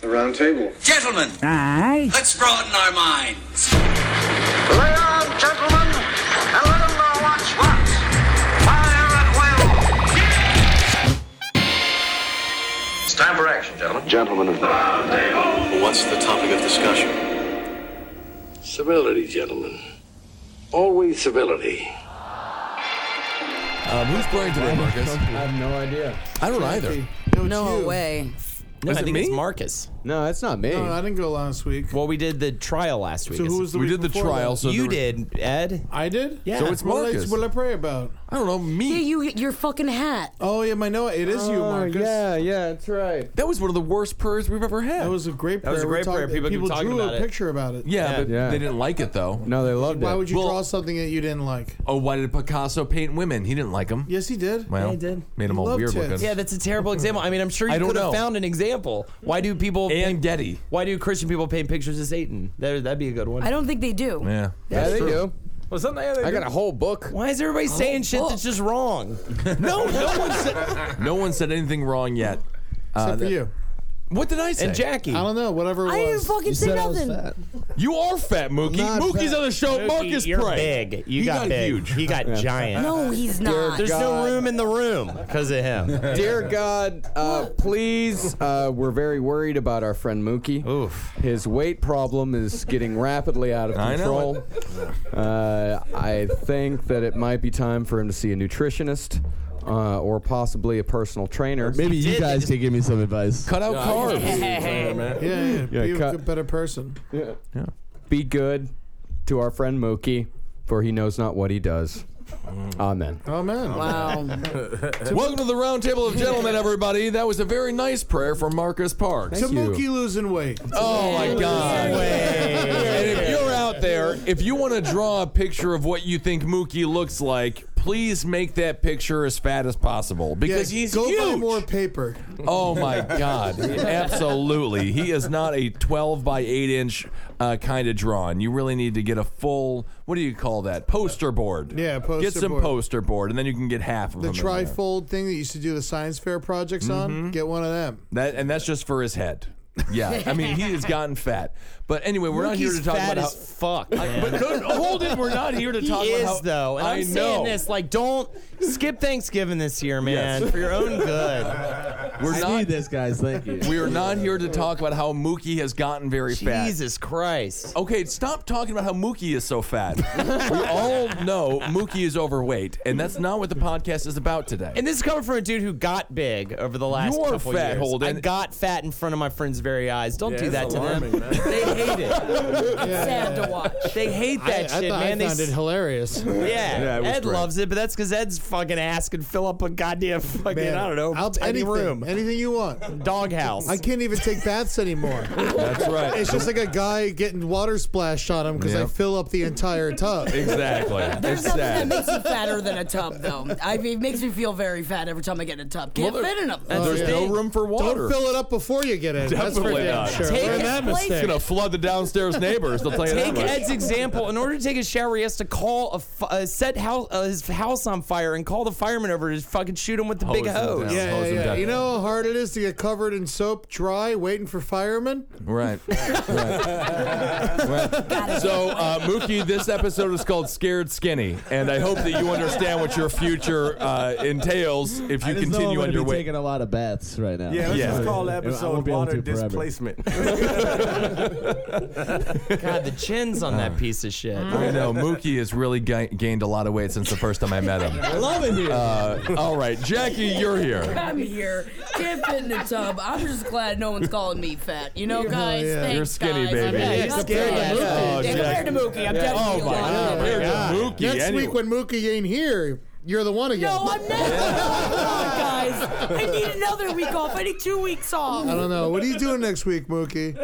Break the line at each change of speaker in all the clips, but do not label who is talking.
The round table.
Gentlemen,
Aye.
let's broaden our minds.
Lay on, gentlemen, and let 'em know what's what. Fire at will. It's time for action, gentlemen.
Gentlemen of the.
What's the topic of discussion?
Civility, gentlemen. Always civility.
Um, who's playing today, Marcus?
I have no idea.
I don't either.
No, way.
No,
Was
I
it
think it's
me?
Marcus.
No, it's not me.
No, I didn't go last week.
Well, we did the trial last week.
So who was the
We
week
did the
before
trial,
that?
so
you
there-
did, Ed.
I did.
Yeah. So it's
What did I-
Marcus.
What did I pray about?
I don't know. Me.
Yeah, you.
Your fucking hat.
Oh yeah, my no. It is you,
Oh,
Marcus.
yeah, yeah, that's right.
That was one of the worst prayers we've ever had.
That was a great prayer.
was a
We
great
talked-
prayer. People keep talking
drew
about
a
it.
picture about it.
yeah, but
Yeah.
they didn't like it though.
No, they loved
Why
it.
would you
Well-
draw something that you didn't like?
Oh, why did Picasso paint women? He didn't like them.
Yes, he did.
Well,
Yeah, he did.
Made them
He
all
loved
weird
tits.
looking.
Yeah, that's a terrible example. I mean, I'm sure
I
you
don't
could
know.
have found an example. Why do people
and
paint-
Getty.
Why do Christian people paint pictures of Satan? There, that'd be a good one.
I don't think they do.
Yeah.
yeah, they do.
Well, something I,
I got a whole book.
Why is everybody saying shit that's just wrong?
No, no one said. No one said anything wrong yet.
Except for you.
What did I say?
And Jackie.
I don't know. Whatever it
I didn't
was.
fucking
You
say
said I was
nothing.
fat.
You are fat, Mookie.
not
Mookie's
fat.
on the show. Marcus
you're
Price.
big. You
He
got,
got
big.
huge.
You got giant.
No, he's not.
There's no room in the room because of him.
Dear God, uh, please, uh, we're very worried about our friend Mookie.
Oof.
His weight problem is getting rapidly out of
I know
control. Uh, I think that it might be time for him to see a nutritionist uh, or possibly a personal trainer.
Maybe you guys could give me some advice.
Cut out carbs.
Yeah, yeah.
Yeah,
Be a
cut.
good, better person.
Be good to our friend Mookie, for he knows not what he does.
Mm.
Amen.
Oh man.
Wow.
Welcome to the round table of gentlemen, everybody. That was a very nice prayer for Marcus Parks.
To
Thank you.
Mookie losing weight.
Oh my God! And if you're out there, if you want to draw a picture of what you think Mookie looks like, please make that picture as fat as possible because he's
go buy
huge.
more paper.
Oh my God! Absolutely, he is not a 12 by 8 inch uh, kind of drawing. You really need to get a full. What do you call that? Poster board.
Yeah, poster
Get some
board.
poster board, and then you can get half of
The
them in there.
trifold thing that you used to do the science fair projects on. Get one of them.
That and that's just for his head. Yeah, I mean he has gotten fat. But anyway, we're not here
He's
to talk
fat
about
as
how.
fuck. man.
But no, no, hold it. We're not here to
He
talk
is
about how.
though, and
I
I'm
know.
saying this like, don't skip Thanksgiving this year, man,
Yes.
for your own good.
We're
I
not.
need this, guys. Thank you.
We are not here to talk about how Mookie has gotten very fat.
Jesus Christ!
Okay, stop talking about how Mookie is so fat. we all know Mookie is overweight, and that's not what the podcast is about today.
And this is coming from a dude who got big over the last
You're
couple
fat,
years.
Holden.
I got fat in front of my friends' very eyes. Don't do that to them.
man.
They hate it.
Sad to watch.
They hate that shit, man. they s-
hilarious.
yeah,
it was
Ed
great.
loves it, but that's because Ed's fucking ass can fill up a goddamn fucking
Man,
I don't know
I'll-
tiny
anything,
room,
anything you want.
doghouse.
I can't even take baths anymore.
That's right.
It's just like a guy getting water splashed on him because I
Yep.
fill up the entire tub.
Exactly.
There's
It's sad.
nothing that makes you fatter than a tub, though. I mean, it makes me feel very fat every time I get in a tub. Can't
Well, there-
fit in a
That's
There's
the
no
thing.
room for water.
Don't fill it up before you get in.
Definitely not.
That's for damn sure.
Take
Learn
it.
that
Place-
It's
mistake.
gonna flood the downstairs neighbors. They'll tell you
Take
that much.
Ed's example. In order to take a shower, he has to call a, fu- uh, set house, uh, his house on fire and call the fireman over to fucking shoot him with the big
Hose
hose.
him down.
Yeah, yeah,
Hose him
yeah.
down.
You know how hard it is to get covered in soap, dry, waiting for firemen.
Right. right. Right. So, uh, Mookie, this episode is called Scared Skinny, and I hope that you understand what your future uh, entails if you
I just know I'm
continue
gonna
on your
be
way.
taking a lot of baths right now.
let's Yeah. just call
I won't be able to forever.
God, the chin's on that piece of shit.
I know Mookie has really ga- gained a lot of weight since the first time I met him.
I love it here.
Uh, all right, Jackie, you're here.
I'm here. Can't fit in a tub. I'm just glad no one's calling me fat. You know, guys.
yeah.
Thanks,
You're skinny,
guys.
baby.
I'm
Yeah,
not
compared to
fat.
Mookie.
Oh,
Yeah, compared to
Jack.
Mookie, I'm
Yeah.
definitely
Oh,
a
my
lot
God.
better.
Compared to Mookie,
Next
anyway.
week when Mookie ain't here, you're the one again.
No, I'm not. Come on, guys. I need another week off. I need two weeks off.
I don't know. What are you doing next week, Mookie?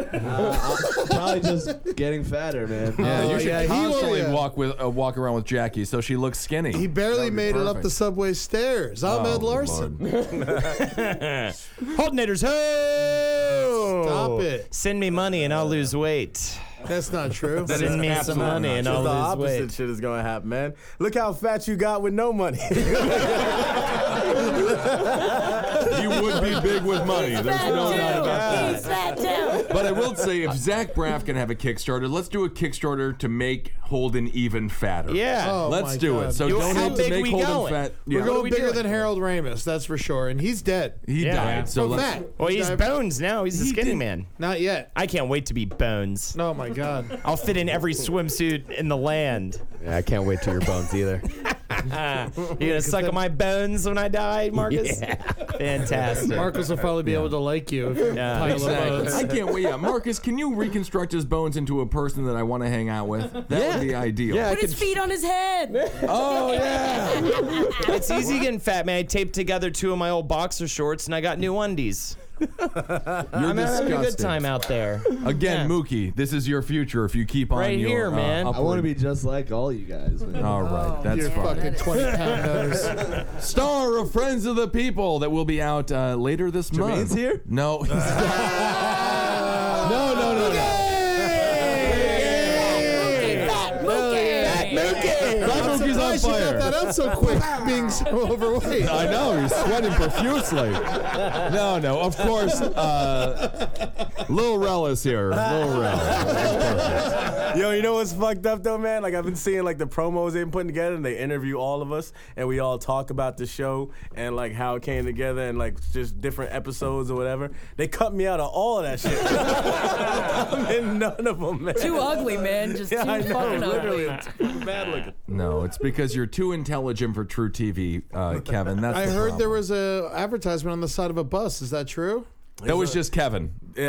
Probably just getting fatter, man.
Yeah,
Oh,
you should
yeah, he will,
constantly
yeah.
walk with uh, walk around with Jackie so she looks skinny.
He barely made it up the subway stairs. Ahmed
Oh,
Larson.
Holdenators, ho!
Stop it.
Oh. Send me money and I'll lose weight.
That's not true.
Send me some money
Just
and
the
I'll lose
opposite
weight.
shit is gonna happen, man. Look how fat you got with no money.
You would be big with money. There's
Fat
no doubt about
too.
that.
He's fat too.
But I will say, if Zach Braff can have a Kickstarter, let's do a Kickstarter to make Holden even fatter.
Yeah.
Oh,
let's
my
do it.
God.
So
You-
don't
how
have to
big
make
we
Holden
going?
fat.
We're
Yeah.
going
we
bigger
doing?
than Harold Ramis, that's for sure, and he's dead.
He
Yeah.
died. So
Oh,
let's.
fat.
Well, he's
Diabetic.
bones now. He's a
He
skinny
did-
man.
Not yet.
I can't wait to be bones.
Oh my God.
I'll fit in every swimsuit in the land.
Yeah, I can't wait to your bones either.
You gonna suck on my bones when I die, Marcus? Fantastic.
Marcus will probably be able to like you. If you
Yeah.
pile
Exactly.
of bones.
uh, I can't wait. Yeah, Marcus, can you reconstruct his bones into a person that I want to hang out with? That would be ideal.
Yeah, I
Put
could
his feet on his head.
Oh yeah.
it's easy getting fat, man. I taped together two of my old boxer shorts and I got new undies.
You're
I'm having a good
disgusting.
time out there.
Again,
Yeah.
Mookie, this is your future if you keep on
Right
your,
here,
uh,
man. I Oh,
I want to
upward-
be just like all you guys. Man.
All right, that's
Your
fine.
fucking 20 pound nose.
Star of Friends of the People that will be out uh, later this month.
Jermaine's here?
No. he's not.
No, no, no, no.
Fat Mookie.
I'm
Monkey's on
surprised you
fire.
got that out so quick, being so overweight.
I know he's sweating profusely. No, no, of course. Uh, Lil Rel is here. Lil Rel.
Yo, you know what's fucked up though, man? Like I've been seeing like the promos they've been putting together, and they interview all of us, and we all talk about the show and like how it came together, and like just different episodes or whatever. They cut me out of all of that shit. I'm in none of them, man.
Too ugly, man. Just too
Yeah, I know,
fucking
literally.
ugly.
Bad looking.
No, it's because you're too intelligent for True TV, uh, Kevin. That's
I
the
heard there
problem.
was a advertisement on the side of a bus. Is that true?
That was just Kevin.
Yeah,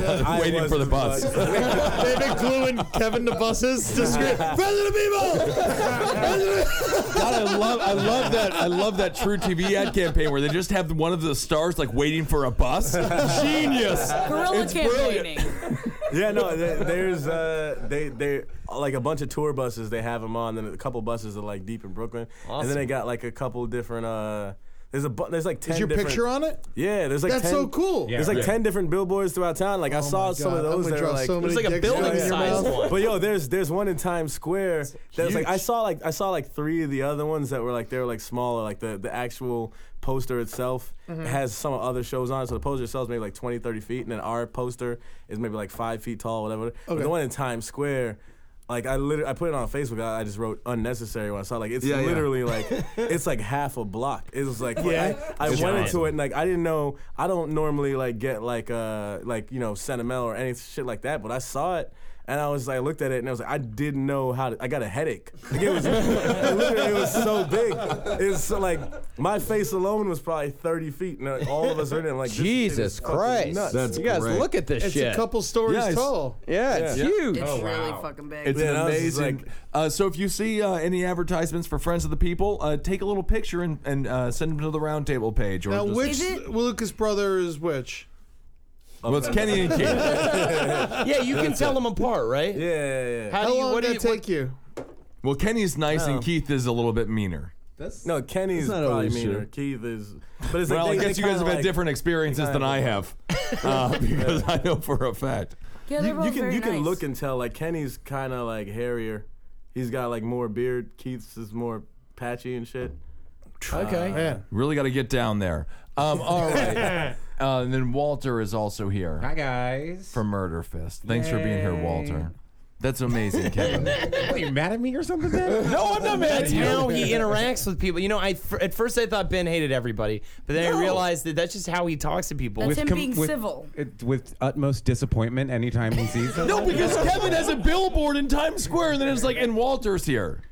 yeah. I
Waiting
was
for the
just
bus.
like-
They've been gluing Kevin to buses to scream, President people!
God, I love, I love that, I love that True TV ad campaign where they just have one of the stars like waiting for a bus. Genius.
Gorilla
It's brilliant.
campaigning.
Yeah, no, there- there's uh, they they like a bunch of tour buses. They have them on, and a couple buses are like deep in Brooklyn, and then they got like a couple different. Uh, there's a bu- there's like ten.
Is your
different,
picture on it?
Yeah, there's like
That's
10
so cool. Oh
There's like ten different billboards throughout town. Like I saw some of those that are like.
It's like a building
in your
size
mouth.
one.
but yo, there's there's one in Times Square that was like I saw like I saw like three of the other ones that were like they were like smaller. Like the, the actual poster itself
Mm-hmm.
has some other shows on it. So the poster itself is maybe like 20, 30 feet, and then our poster is maybe like five feet tall, whatever. But
Okay.
the one in Times Square. Like I literally, I put it on Facebook. I, I just wrote unnecessary when I saw like it's
Yeah, yeah.
literally like it's like half a block. It was like yeah. I, I
It's
went
giant.
into it and like I didn't know I don't normally like get like uh like you know sentimental or any shit like that, but I saw it and I was like looked at it and I was like I didn't know how to I got a headache. Like, it was it literally was so big. It's so, like my face alone was probably thirty feet and like, all of us are in it like this shit is
Jesus
fucking
Christ.
nuts.
That's
you guys
great.
look at this
It's
shit.
a couple stories
Yeah, it's-
tall.
yeah, it's
Yeah.
huge.
It's really fucking big.
It's
Yeah, that was just
amazing.
like-
uh, so if you see uh, any advertisements for Friends of the People, uh, take a little picture and, and uh, send them to the roundtable page. Or
Now,
just-
which
Is it-
Lucas brother is which?
well, it's Kenny and Keith.
Yeah, you can tell them apart, right?
Yeah, yeah, yeah.
How,
How
do you,
long
what do
did
you,
that take you?
well, Kenny's nice
Oh.
and Keith is a little bit meaner.
That's
No, Kenny's
That's not
probably
always
meaner.
true.
Keith is, but it's like
Well, I
they-
guess
they
you guys have
kinda
had
like-
different experiences than I have, uh, because I know for a fact.
yeah, they're
You,
both
you can
very
you can
nice.
look and tell like Kenny's kind of like hairier. He's got like more beard. Keith's is more patchy and shit.
Okay. yeah.
Really got to get down there. Um, all right. Uh, and then Walter is also here. Hi, guys. From Murder Fist. Thanks for being here, Walter. That's amazing, Kevin.
No, I'm not mad. That's how he interacts with people. You know, I f- at first I thought Ben hated everybody, but then I realized that that's just how he talks to people.
That's him being civil.
It, with utmost disappointment anytime he sees them.
no, because Kevin has a billboard in Times Square, and then it's like, and Walter's here.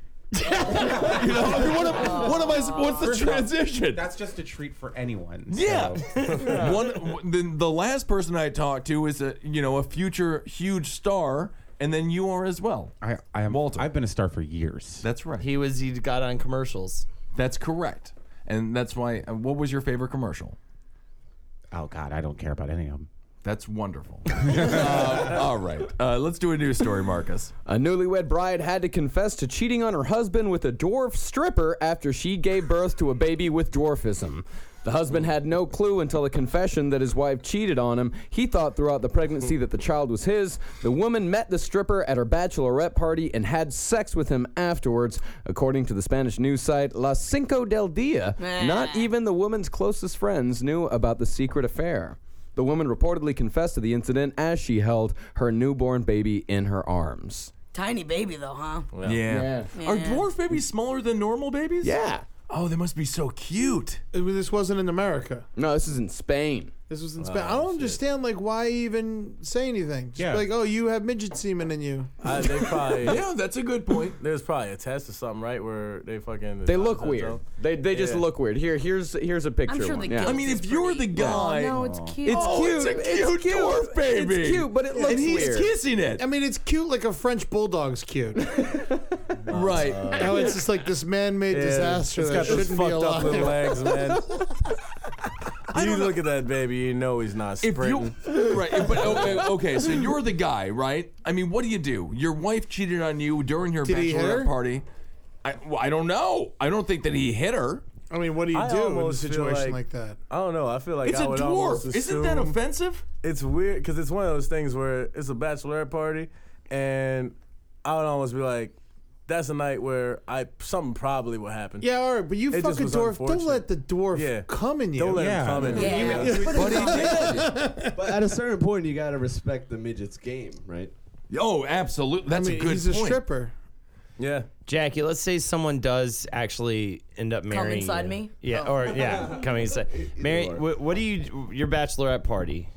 you know, I mean, what am, what am I? What's the transition?
That's just a treat for anyone.
Yeah.
so-
One the, the last person I talked to is a you know a future huge star, and then you are as well.
I, I am,
Walter.
I've been a star for years.
That's right.
He was he got on commercials.
That's correct. And that's why. uh, What was your favorite commercial?
Oh, God, I don't care about any of them.
That's wonderful. Uh, all right, uh, let's do a news story, Marcus.
A newlywed bride had to confess to cheating on her husband with a dwarf stripper after she gave birth to a baby with dwarfism. The husband had no clue until the confession that his wife cheated on him. He thought throughout the pregnancy that the child was his. The woman met the stripper at her bachelorette party and had sex with him afterwards. According to the Spanish news site La Cinco del Dia, not even the woman's closest friends knew about the secret affair. The woman reportedly confessed to the incident as she held her newborn baby in her arms.
Tiny baby though, huh?
Are dwarf babies smaller than normal babies?
Yeah.
Oh, they must be so cute.
This wasn't in America.
No, this is in Spain.
This was in Spain.
Oh,
I don't understand, like, why even say anything? Just
Yeah.
be like, oh, you have midget semen in you.
Uh, they probably
Yeah,
that's a good point. There's probably a test or something, right? Where they fucking
They look
Oh, Is that
weird.
so?
They, they just
Yeah.
look weird. Here here's here's a picture.
sure
one.
the
yeah.
guilt I mean, if you're the
guy-
Oh,
no, it's
cute. It's cute. It's cute. It's cute, but it looks weird.
I mean, it's cute like a French bulldog's cute.
right.
Now it's just like this man-made
Yeah,
disaster
It's
that
got those
shouldn't be
fucked
alive.
up little legs, man. you look at that baby, you know he's not
If
sprinting.
you right, if- but okay, okay, so you're the guy, right? I mean, what do you do? Your wife cheated on you during your
Did he hit her?
bachelorette party. I, well, I don't know. I don't think that he hit her.
I mean, what do you
I
do in a
almost feel
situation
like-
like, that?
I don't know. I feel like
It's
I
a
would
dwarf.
almost
Isn't that
assume-
offensive?
It's weird because it's one of those things where it's a bachelorette party, and I would almost be like, "That's a night where I something probably will happen."
Yeah, all right, but you
It just
fucking
was
dwarf. Don't
unfortunate.
let the dwarf come in you.
Don't let him come in. You-
But at a certain point, you gotta respect the midget's game, right?
Oh, absolutely.
That's a good point.
Yeah.
Jackie, let's say someone does actually end up marrying.
inside
you.
me? Oh,
Yeah, or yeah, come inside. Mary, what, what do you? Your bachelorette party.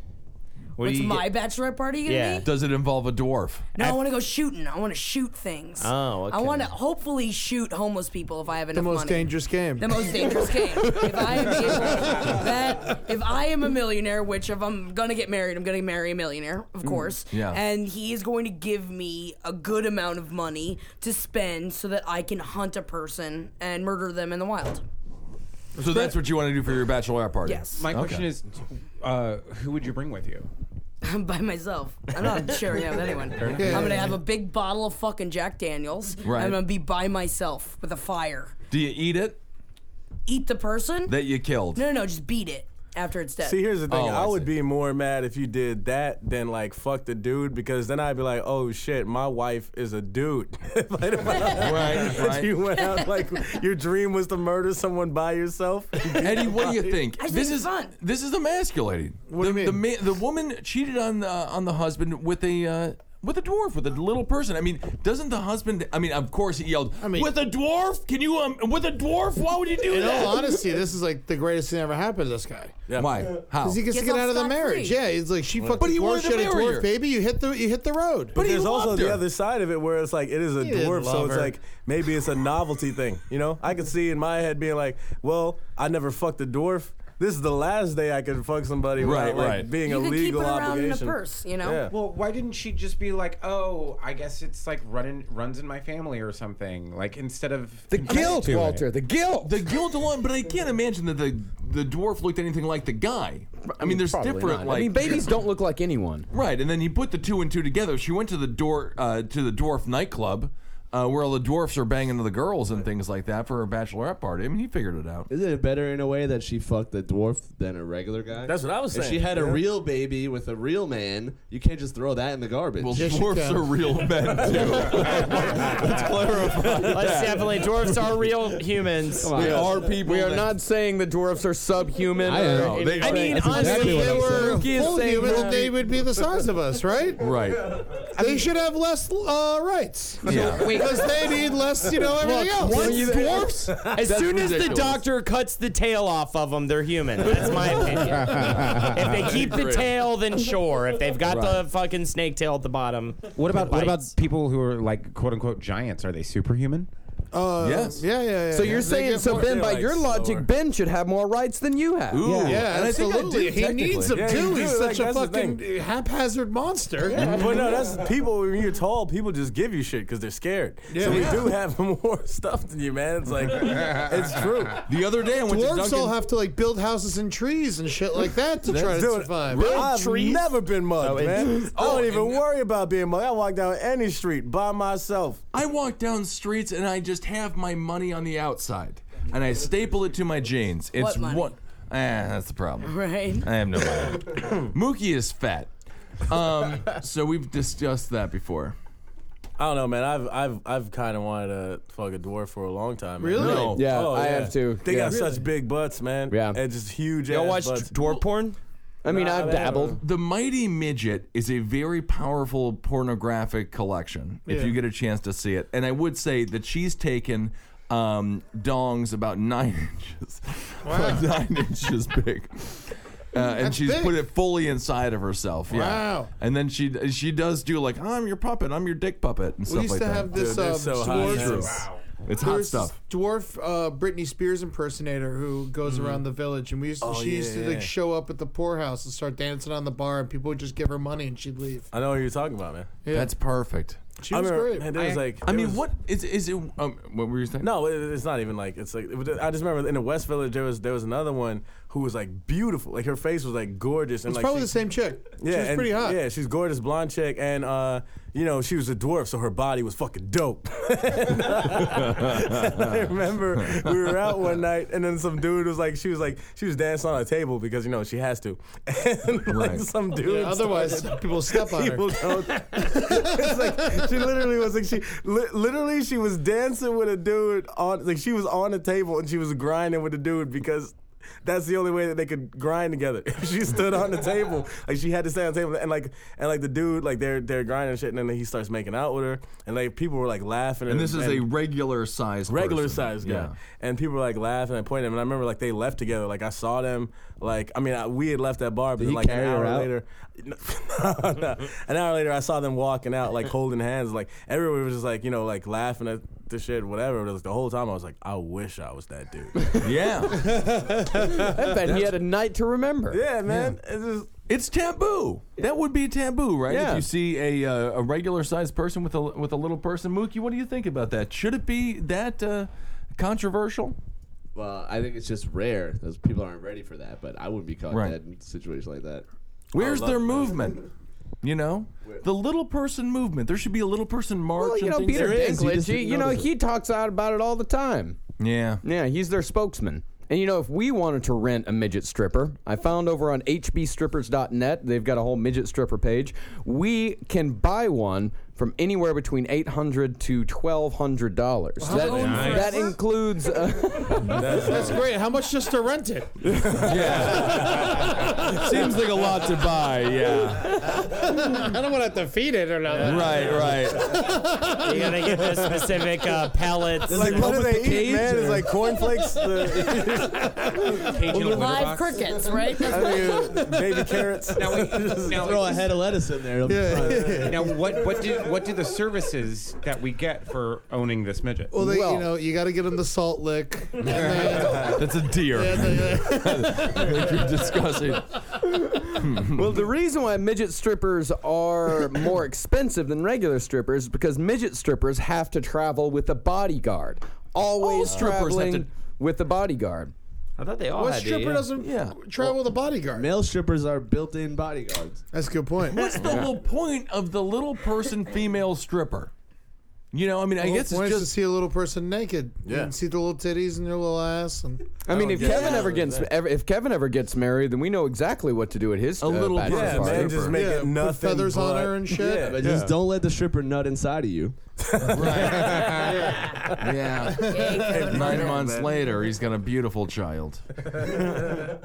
What do
What's
you
my
get-
bachelorette party gonna
Yeah.
be?
Does it involve a dwarf?
No, I, want to go shooting. I want to shoot things.
Oh,
I
okay.
want to hopefully shoot homeless people if I have enough
the most
money.
dangerous game.
The most dangerous game. If I am able, that if I am a millionaire, which if I'm gonna get married, I'm gonna marry a millionaire, of
Mm,
course.
yeah.
And he is going to give me a good amount of money to spend so that I can hunt a person and murder them in the wild.
So that's what you want to do for your bachelorette party.
Yes.
My
Okay.
question is, uh, who would you bring with you?
by myself. I'm not sharing it with anyone.
Fair
I'm
enough.
gonna have a big bottle of fucking Jack Daniels.
Right.
I'm gonna be by myself with a fire.
Do you eat it
Eat the person?
that you killed?
No, no, no. Just beat it after it's dead.
See, here's the thing.
Oh,
I,
I
would be more mad if you did that than like fuck the dude because then I'd be like, oh shit, my wife is a dude. If I'd have-
Right,
If
right.
You went out like your dream was to murder someone by yourself.
Eddie, what do you think? this is
fun.
this is emasculating. What the, do you mean? The, ma- the woman cheated on the on the husband with a. Uh, with a dwarf, with a little person. I mean, doesn't the husband? I mean, of course he yelled. I mean, with a dwarf? Can you? Um, with a dwarf? Why would you do
In
that?
all honesty, this is like the greatest thing that ever happened to this guy.
Why? How?
Because he gets, to get out of the marriage. Yeah, he's like she
But
fucking
he
dwarf
wanted to
shit a
marry
dwarf
her.
baby. You hit the you hit the road.
But there's also the other side of it where it's like it is a
He didn't
dwarf, so
love
it's
her.
like maybe it's a novelty thing. You know, I could see in my head being like, well, I never fucked a dwarf. This is the last day I could fuck somebody without
Right,
like,
right.
being
You
a
could keep
legal
it around in a
obligation.
purse, you know?
Yeah.
Well, why didn't she just be like, "Oh, I guess it's like running runs in my family or something"? Like instead of the
guilt, Walter,
the guilt.
The guilt alone, but I can't imagine that the the dwarf looked anything like the guy. I mean, there's
Probably
different.
not.
Like,
I mean, babies don't look like anyone.
Right, and then he put the two and two together. She went to the door uh, to the dwarf nightclub, uh, where all the dwarfs are banging to the girls and things like that for a bachelorette party. I mean, he figured it out.
Isn't it better in a way that she fucked a dwarf than a regular guy?
That's what I was
If she
saying,
had a
yeah.
real baby with a real man, you can't just throw that in the garbage.
Well, dwarfs are real men too. Let's clarify.
Let's definitely. Dwarfs are real humans.
Come on. We are people
We are
that-
not
saying the dwarfs are subhuman.
I
uh,
or
know. They-
anything.
I mean,
That's
honestly,
exactly what
They
I'm
were
saying. He is
full
saying
human,
that-
they would be the size of us, right?
Right.
They should have less uh, rights.
Yeah.
Wait.
Because they need less, you know, everything else.
Look, once dwarfs, as
That's
soon as the
ridiculous.
doctor cuts the tail off of them, they're human. That's my opinion. if they keep the
Agreed.
tail, then sure. If they've got
Right.
the fucking snake tail at the bottom,
What about
it
what about
bites.
people who are like quote unquote giants? Are they superhuman?
Uh,
Yes.
Yeah, yeah, yeah.
So you're saying, so Ben, by your logic, Ben should have more rights than you have.
Ooh,
Yeah, absolutely. he needs them
Yeah, you
too.
do.
He's
Like,
such a
that's the
fucking haphazard monster.
But no, that's people. When you're tall, people just give you shit because they're scared. so we
Yeah.
do have more stuff than you, man. It's like it's true.
The other day, I went to
Dwarves
Dunkin'.
all have to like build houses in trees and shit like that to try to
Dude,
survive.
I've never been mugged,
Oh, in
man.
trees.
I
Oh,
don't even
and-
worry about being mugged. I walk down any street by myself.
I walk down streets and I just have my money on the outside, and I staple it to my jeans. It's
What money?
one. Eh, that's the problem.
Right.
I have no money. Mookie is fat. Um, so we've discussed that before.
I don't know, man. I've I've I've kind of wanted to fuck a dwarf for a long time. man. Oh,
Really? No. Yeah, I have too.
They
Yeah.
got
Really?
such big butts, man. Yeah, and just huge.
Y'all watch
ass butts.
dwarf porn?
I mean, I've dabbled.
The Mighty Midget is a very powerful pornographic collection if
Yeah.
you get a chance to see it. And I would say that she's taken um, dongs about nine inches, like nine inches big. Uh, and
That's
she's
big.
put it fully inside of herself. Yeah.
Wow.
And then she she does do like I'm your puppet, I'm your dick puppet, and
We
stuff
used
like
to
that.
have this uh, um, dwarf.
True. It's
There
hot
was
stuff.
This dwarf uh, Britney Spears impersonator who goes around the village, and we used to,
Mm-hmm. Oh,
she
yeah,
used to
yeah,
like
yeah.
show up at the poorhouse and start dancing on the bar, and people would just give her money and she'd leave.
I know what you're talking about, man.
Yeah. That's
perfect.
She was great.
And there was
I-
like,
I mean,
what is is it? Um, what were you saying?
No, it, it's not even like it's like. It was, I just remember in the West Village there was there was another one who was like beautiful, like her face was like gorgeous and
It's
like
probably
she-
the same chick.
Yeah,
she was
and-
pretty hot.
Yeah, she's gorgeous, blonde chick, and uh, you know she was a dwarf, so her body was fucking dope. And uh, I remember we were out one night, and then some dude was like, she was like, she was dancing on a table because you know she has to, and like, some dude.
Yeah, otherwise,
started-
people step on her.
People don't- it's like she literally was like she li- literally she was dancing with a dude on like she was on a table and she was grinding with a dude because that's the only way that they could grind together. If she stood on the table, like she had to stay on the table, and like and like the dude, like they're they're grinding and shit, and then he starts making out with her, and like people were like laughing.
And this is a regular size,
regular
person.
size guy,
Yeah.
and people were like laughing and pointing. at him. And I remember like they left together. Like I saw them. Like I mean, I, we had left that bar, but
Did he
like an
carry her
hour
out?
later, no, an hour later, I saw them walking out like holding hands. Like everyone was just like you know like laughing at the shit, whatever. But it was the whole time I was like, I wish I was that dude.
yeah.
I bet he had a night to remember.
Yeah, man. It's,
taboo. That would be taboo, right?
Yeah.
If you see a uh, a regular sized person with a with a little person, Mookie, what do you think about that? Should it be that uh, controversial?
Well, I think it's just rare. Those people aren't ready for that. But I wouldn't be caught
Right.
dead in a situation like that.
Where's
I love
their
that.
movement? You know, the little person movement. There should be a little person march.
Well, you
and
know,
things
Peter
like that.
Dinklage, he, you know, he talks out about it all the time.
Yeah.
Yeah, he's their spokesman. And you know, if we wanted to rent a midget stripper, I found over on hbstrippers.net, they've got a whole midget stripper page. We can buy one from anywhere between 800 to $1200. That,
Wow. Nice.
that includes
That's,
uh,
great. How much just to rent it?
Seems like a lot to buy. Yeah.
I don't want to have to feed it or nothing.
Right,
right. You gotta get the specific uh, pellets.
Like what do they eat, man? It's like cornflakes.
Live crickets, right?
baby carrots.
Now, wait, now
Throw a head of lettuce in there. it'll be fine.
now what what do what do the services that we get for owning this midget?
Well, they, you know, you got to get them the salt lick. and then-
That's a deer. You're discussing.
well, the reason why midget strippers are more expensive than regular strippers is because midget strippers have to travel with a bodyguard. Always
strippers have
traveling
to-
with a bodyguard.
I thought they
what stripper doesn't travel with a bodyguard?
Male strippers are built-in bodyguards.
That's a good point.
What's the whole point of the little person female stripper? You know, I mean, I
The whole
guess it's
point is
just
to see a little person naked. You
Yeah.
can see the little titties and their little ass. And
I
Oh,
mean, if
Yeah.
Kevin ever gets ever, if Kevin ever gets married, then we know exactly what to do at his
A little
bachelor
Yeah,
party.
man, just make it Yeah, put nothing feathers on but- her and shit.
Yeah, but just
Yeah.
don't let the stripper nut inside of you.
yeah. Nine months later, he's got a beautiful child. I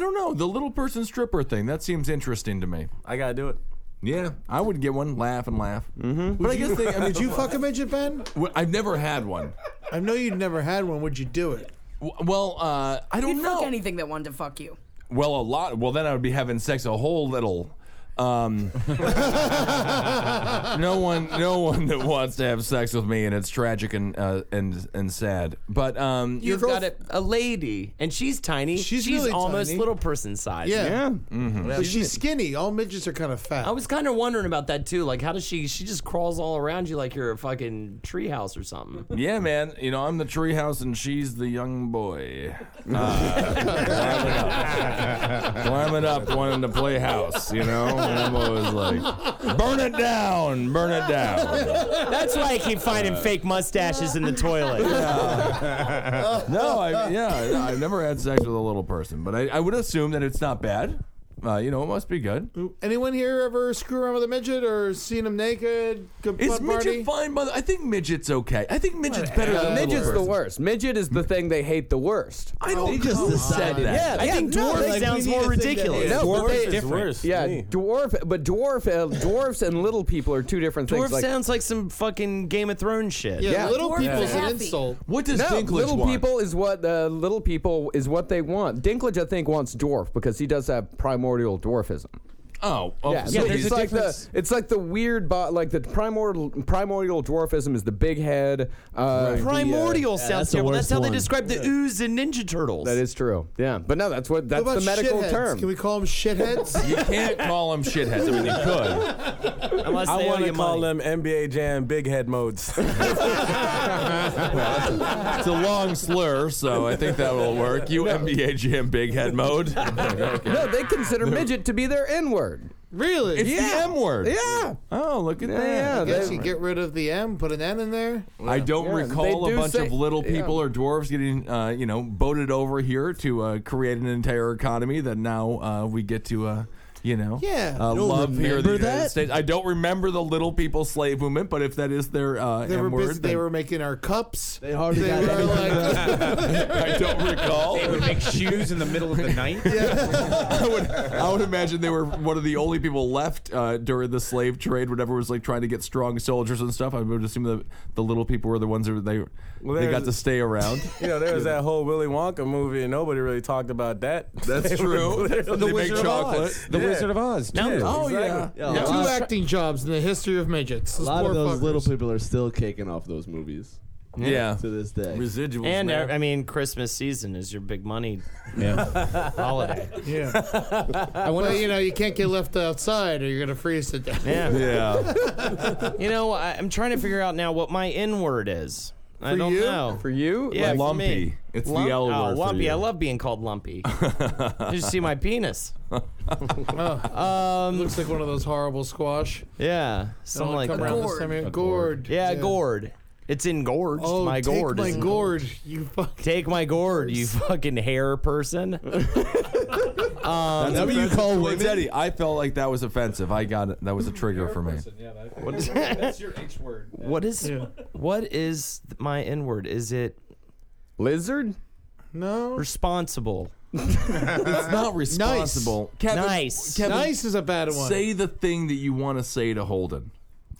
don't know the little person stripper thing. That seems interesting to me.
I gotta do it.
Yeah, I would get one. Laugh and laugh. Mm-hmm. But I
Would
guess
you-
they. I mean,
would you fuck a midget, Ben?
Well, I've never had one.
I know you'd never had one. Would you do it?
W- Well, uh, I don't
You'd
know.
fuck anything that wanted to fuck you.
Well, a lot. Well, then I would be having sex a whole little. Um, no one, no one that wants to have sex with me, and it's tragic and uh, and and sad. But um,
You've got a, a lady, and she's tiny.
She's
She's,
really
almost
tiny.
little person size.
Yeah. Yeah.
Mm-hmm.
But she's skinny. All midgets are kind of fat.
I was kind of wondering about that too. Like, how does she? She just crawls all around you like you're a fucking treehouse or something.
Uh,
Yeah, man. You know, I'm the treehouse and she's the young boy. Uh, climbing up, wanting to play house, you know? And I'm always like, burn it down, burn it down. Uh,
That's why I keep finding fake mustaches in the toilet.
No, I, yeah, I've never had sex with a little person, but I, I would assume that it's not bad. Uh, you know, it must be good.
Anyone here ever screw around with a midget or seen him naked? Good
Is
butt
midget
party?
fine? Mother, I think midget's okay. I think midget's better
Uh,
than little
midget's the
person.
worst. Midget is the thing they hate the worst.
I don't They just come on. decided that.
Yeah,
I
yeah,
think
no,
dwarf
they-
sounds
we
more
need to think that-
ridiculous.
No,
Dwarf
but they-
is different. worse to
Yeah,
me.
dwarf, but dwarf, uh, dwarfs and little people are two different
Dwarf
things. like-
sounds like some fucking Game of Thrones shit.
no, little people is what uh, little people is what they want. Dinklage, I think, wants dwarf because he does have primordial dwarfism.
Oh, oh,
yeah,
so
so
there's
it's
a
like
difference.
the it's like the weird, bo- like the primordial primordial dwarfism is the big head. Uh, the, uh,
Primordial sounds terrible. That's how they describe the ooze in Ninja Turtles.
That is true. Yeah, but no, that's what that's
What
the
about
medical
shitheads?
term.
Can we call them shitheads?
You can't call them shitheads. I mean, you could.
I want to call them NBA Jam big head modes.
It's a long slur, so I think that will work. You MBA Jam big head mode.
No, they consider midget to be their N word.
Really?
It's the
Yeah.
M word.
Yeah.
Oh, look at
Yeah,
that.
I guess you get rid of the M, put an N in there.
I don't
Yeah,
recall
they
a
do
bunch
say-
of little
yeah.
people or dwarves getting, uh, you know, boated over here to uh, create an entire economy that now uh, we get to, uh, you know,
Yeah.
uh,
You don't
love here in the
remember
United
that?
States. I don't remember the little people slave movement, but if that is their uh,
They were
M word,
busy, they
then
were making our cups. They
hardly
they
got
were like,
I don't recall.
They would make shoes in the middle of the night.
I would, I would imagine they were one of the only people left uh, during the slave trade, whatever was like trying to get strong soldiers and stuff. I would assume the the little people were the ones that they
Well,
they
there's-
got to stay around.
You know, there was that whole Willy Wonka movie, and nobody really talked about that.
That's
They
true.
were
The
literally-
They make Wizard of chocolate. Oz.
The Wizard of Oz,
Yeah,
too.
oh
exactly.
yeah, two acting jobs in the history of midgets.
A
Those
lot
poor
of those
fuckers.
little people are still kicking off those movies.
Yeah.
To this day.
Residuals.
And uh, I mean, Christmas season is your big money holiday.
Yeah.
I wonder
Well,
if-
you know, you can't get left outside or you're gonna freeze to death.
Yeah. you know, I, I'm trying to figure out now what my N word is. I
For
don't
you?
know.
For you?
Yeah,
Like
for
lumpy.
me.
It's the L word
Oh,
for
lumpy.
you.
I love being called lumpy. Did you see my penis?
um, looks like one of those horrible squash.
Yeah, something like
come
that.
around this time of year. Gourd.
Yeah,
Yeah.
gourd. It's engorged.
Oh,
my
take
gourd.
my
is
gourd. You fuck.
Take my gourd, you fucking hair person.
That's
what you
offensive
call
towards
women?
Eddie. I felt like that was offensive. I got it. That was a trigger for me.
What is- That's
your H word.
What is what is my N word? Is it
lizard?
No.
Responsible.
It's not responsible. Kevin,
Nice.
Kevin,
Nice is a bad one.
Say the thing that you want to say to Holden.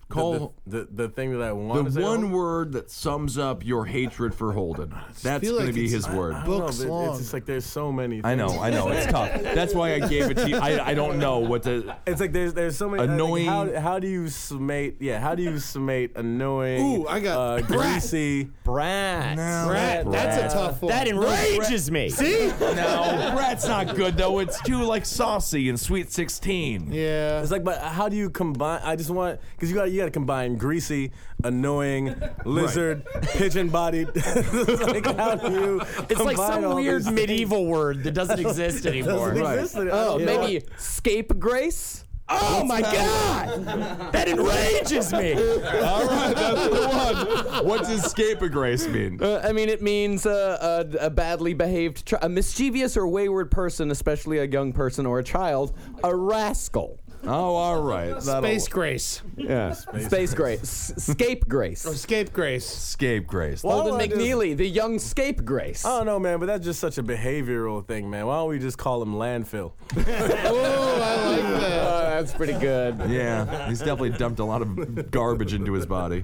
Call
the, the, the thing that I
the,
want. to say, oh,
one word that sums up your hatred for Holden. That's
feel
going to
like
be
it's
his word.
I don't know, but It's just like there's so many. Things.
I know, I know, it's tough. That's why I gave it to you. I- I don't know what to-
It's like there's there's so many like,
Annoying.
how, how do you summate? Yeah, how do you summate annoying?
Ooh, I got
uh,
brat.
greasy.
Brat.
Brat. That's a tough one.
That enrages me.
See?
No, Brat's not good though. It's too like saucy and sweet sixteen.
Yeah.
It's like, but how do you combine? I just want because you got you got to combine greasy, annoying, lizard, pigeon bodied. like how do you?
It's like
combine
some
all
weird
these things?
medieval word that doesn't exist
Doesn't
anymore.
exist Right. anymore.
Oh,
You know
maybe
scapegrace.
Oh my god! That enrages me.
All right, that's the one. What does scapegrace mean?
Uh, I mean, it means uh, a, a badly behaved, chi- a mischievous or wayward person, especially a young person or a child, a rascal.
Oh, all right.
Space grace.
Yeah. Space, grace. S- scapegrace.
Scapegrace.
Scapegrace.
Oh,
Why
Alden
don't I just-
McNeely, the young scapegrace.
I don't know, man, but that's just such a behavioral thing, man. Why don't we just call him landfill?
Oh, I like that.
Oh, that's pretty good.
Yeah, he's definitely dumped a lot of garbage into his body.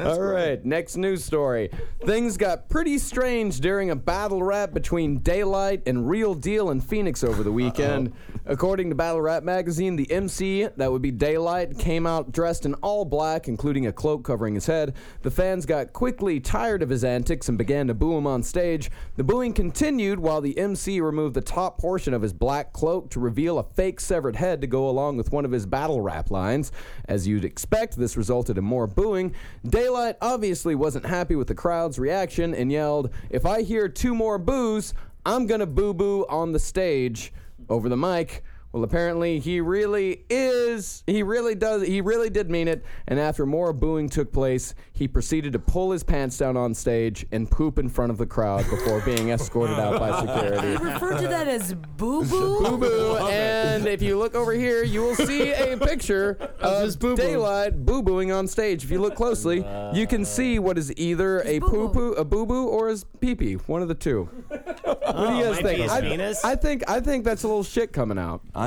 All right, next news story. Things got pretty strange during a battle rap between Daylight and Real Deal in Phoenix over the weekend. According to Battle Rap Magazine, the MC, that would be Daylight, came out dressed in all black, including a cloak covering his head. The fans got quickly tired of his antics and began to boo him on stage. The booing continued while the MC removed the top portion of his black cloak to reveal a fake severed head to go along with one of his battle rap lines. As you'd expect, this resulted in more booing. Daylight obviously wasn't happy with the crowd's reaction and yelled, If I hear two more boos, I'm gonna boo boo on the stage over the mic. Well, apparently he really is. He really does. He really did mean it. And after more booing took place, he proceeded to pull his pants down on stage and poop in front of the crowd before being escorted out by security.
You refer to that as boo boo?
Boo boo. And if you look over here, you will see a picture of daylight boo booing on stage. If you look closely, you can see what is either a poo poo, a boo boo, or his pee pee. One of the two. what do you guys
might be
think?
his
I,
penis.
I think I think that's a little shit coming out.
Ah,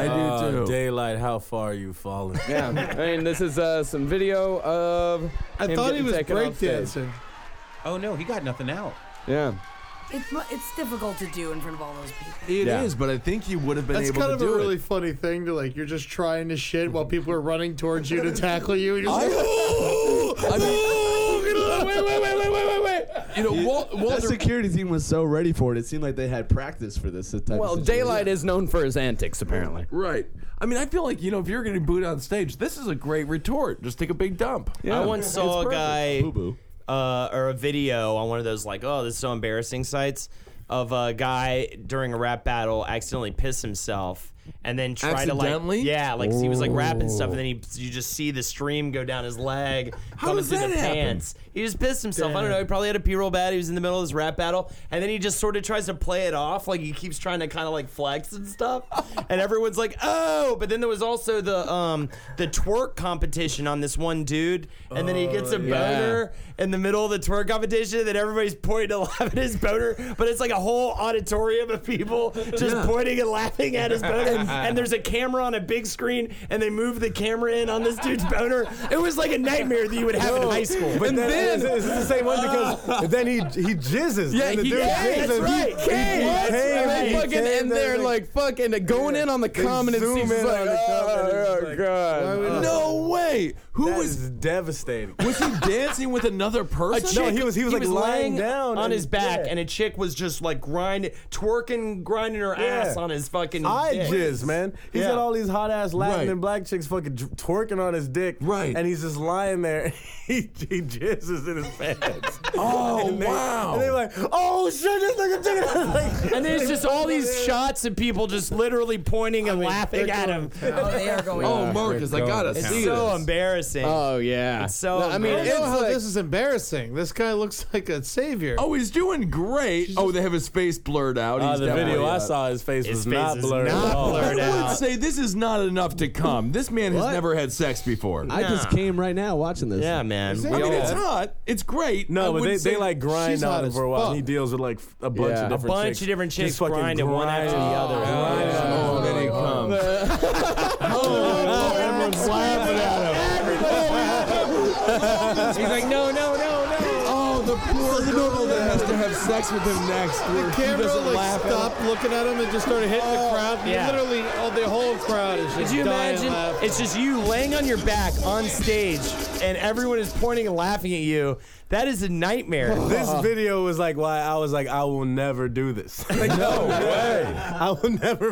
Daylight, how far are you falling?
yeah, I mean, this is uh, some video of.
I
him
thought he
getting
was
taken off stage.
breakdancing.
Oh no, he got nothing out.
Yeah.
It's, mu- it's difficult to do in front of all those people.
It is,
Yeah.
but I think you would have been
That's
able
kind of
to do
a
it.
really funny thing to like. You're just trying to shit while people are running towards you to tackle you. And you're just like,
I mean,
wait, wait, wait, wait, wait, wait, wait.
You know, Wal-
that
Walter-
security team was so ready for it. It seemed like they had practice for this type.
Well,
of situation.
Daylight
is known for his antics, apparently.
Right. I mean, I feel like you know, if you're getting booed on stage, this is a great retort. Just take a big dump.
I once saw a guy uh, or a video on one of those like, oh, this is so embarrassing sites of a guy during a rap battle accidentally piss himself and then try to like
Accidentally?
yeah like he was like rapping stuff
Ooh.
and then he you just see the stream go down his leg
Oh. How
coming
does
through
that
the
happen?
pants he just pissed himself I don't know he probably had a p-roll bad he was in the middle of this rap battle and then he just sort of tries to play it off like he keeps trying to kind of like flex and stuff and everyone's like oh but then there was also the um the twerk competition on this one dude and then he gets a
Oh, yeah.
boner in the middle of the twerk competition that everybody's pointing and laughing at his boner, but it's like a whole auditorium of people just
Yeah.
pointing and laughing at his boner. and there's a camera on a big screen, and they move the camera in on this dude's boner. It was like a nightmare that you would have in
No,
high school.
But and then this is the same one because then he he jizzes.
Yeah,
and the
he
dude
came.
jizzes.
That's right.
He
came. What?
came,
And they
he
fucking
came,
in there
they-
like fucking going in on the
They
comment and
zoom
sees
in
like,
on the comment,
oh,
it's like,
god,
why would-
No way. Who
That
was
is devastating?
was he dancing with another
A
person?
chick, laying on his back, and a chick was just like grinding, twerking, grinding her ass
Yeah.
on his fucking.
I
dick.
jizz, man. He's
Yeah.
got all these hot ass Latin
Right.
and black chicks fucking j- twerking on his dick, right? And he's just lying there. he, he jizzes in his pants.
Oh,
And they-
wow.
And they're like, oh shit, this nigga did it. Like-
And there's just all these shots of people just literally pointing and laughing
they're
at him.
going down. Oh, they are going
Oh, down. Marcus, I gotta
it's
see
so
this.
embarrassing.
Oh, yeah.
It's so.
No, I mean, I don't know
embarrassing.
how this is embarrassing. This guy looks like a savior.
Oh, he's doing great. Oh, they have his face blurred out.
Uh,
He's
the
definitely
video I
out.
saw, his face was not blurred at all.
I would say this is not enough to come. This man has
What?
never had sex before.
I just came right now watching this.
Yeah, man.
I mean, it's hot. It's great. I
No, but they,
wouldn't
they
say-
like grind
She's
on
hot
him
as
for a while.
fuck.
And he deals with like f- a bunch
Yeah.
of
A
different
bunch of
chicks.
different
Just
chicks
fucking
grinding one after the other.
Grind on him.
Oh, then he comes.
Everyone's laughing at him.
He's like, no, no, no, no.
Oh, the poor girl that has to have sex with him next.
The camera
doesn't
like
laugh at
stopped looking at him and just started hitting the crowd.
Oh. yeah.
Literally, all the whole crowd is
Could
just
you
dying
imagine?
laughing.
It's just you laying on your back on stage, and everyone is pointing and laughing at you. That is a nightmare.
This video was like why I was like I will never do this. Like, no way. I will never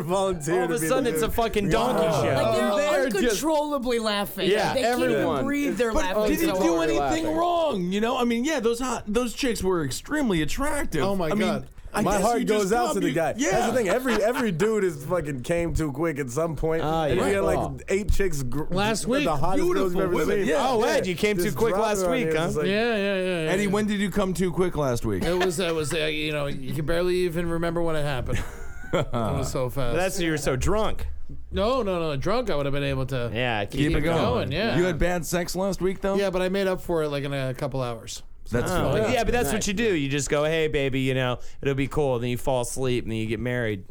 All
volunteer.
of
to
a
be
sudden,
the
it's
dude.
a fucking donkey show.
Like they're,
they're just-
uncontrollably laughing.
Yeah,
they can't
everyone.
even breathe. They're
But
laughing.
did he
Oh, so
do
hard.
anything wrong? You know, I mean, yeah, those hot, those chicks were extremely attractive.
Oh, my
I mean,
God.
I
My
guess
heart
you just
goes out
come,
to the
you-
guy.
Yeah,
That's the thing. Every every dude is fucking came too quick at some point.
Ah,
and
yeah.
he had like
Oh.
eight chicks gr-
Last
the
week,
hottest girls you've
beautiful
ever
women.
seen.
Yeah.
Oh, Ed, you came too
Just
quick
dropped
last
her on
week,
here. It's
huh?
just like-
yeah, yeah, yeah, yeah.
Eddie, when did you come too quick last week?
It was. It was. Uh, you know, you can barely even remember when it happened. it was so fast.
That's you were so drunk.
no, no, no. Drunk, I would have been able to.
Yeah, keep,
it going. yeah.
You had bad sex last week, though.
Yeah, but I made up for it like in a couple hours.
that's
Oh,
fine.
yeah, but that's what you do. You just go, hey, baby, you know, it'll be cool. Then you fall asleep, and then you get married.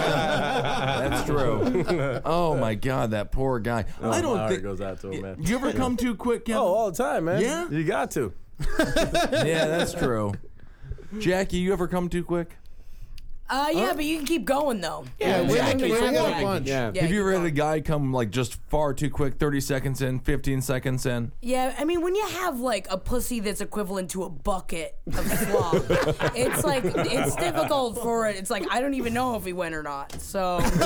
That's true. oh my God, that poor guy.
Oh,
I
my
don't
heart
think.
goes out to him, man.
Do you ever come too quick? Kevin?
Oh, all the time, man.
Yeah?
you got to.
yeah, that's true. Jackie, you ever come too quick?
Uh, yeah, but you can keep going though.
Yeah, we had
exactly.
we had
Yeah.
a bunch.
Yeah.
Have you ever had a guy come like just far too quick, thirty seconds in, fifteen seconds in?
Yeah, I mean, when you have like a pussy that's equivalent to a bucket of slop, it's like it's difficult for it. It's like I don't even know if he went or not. So as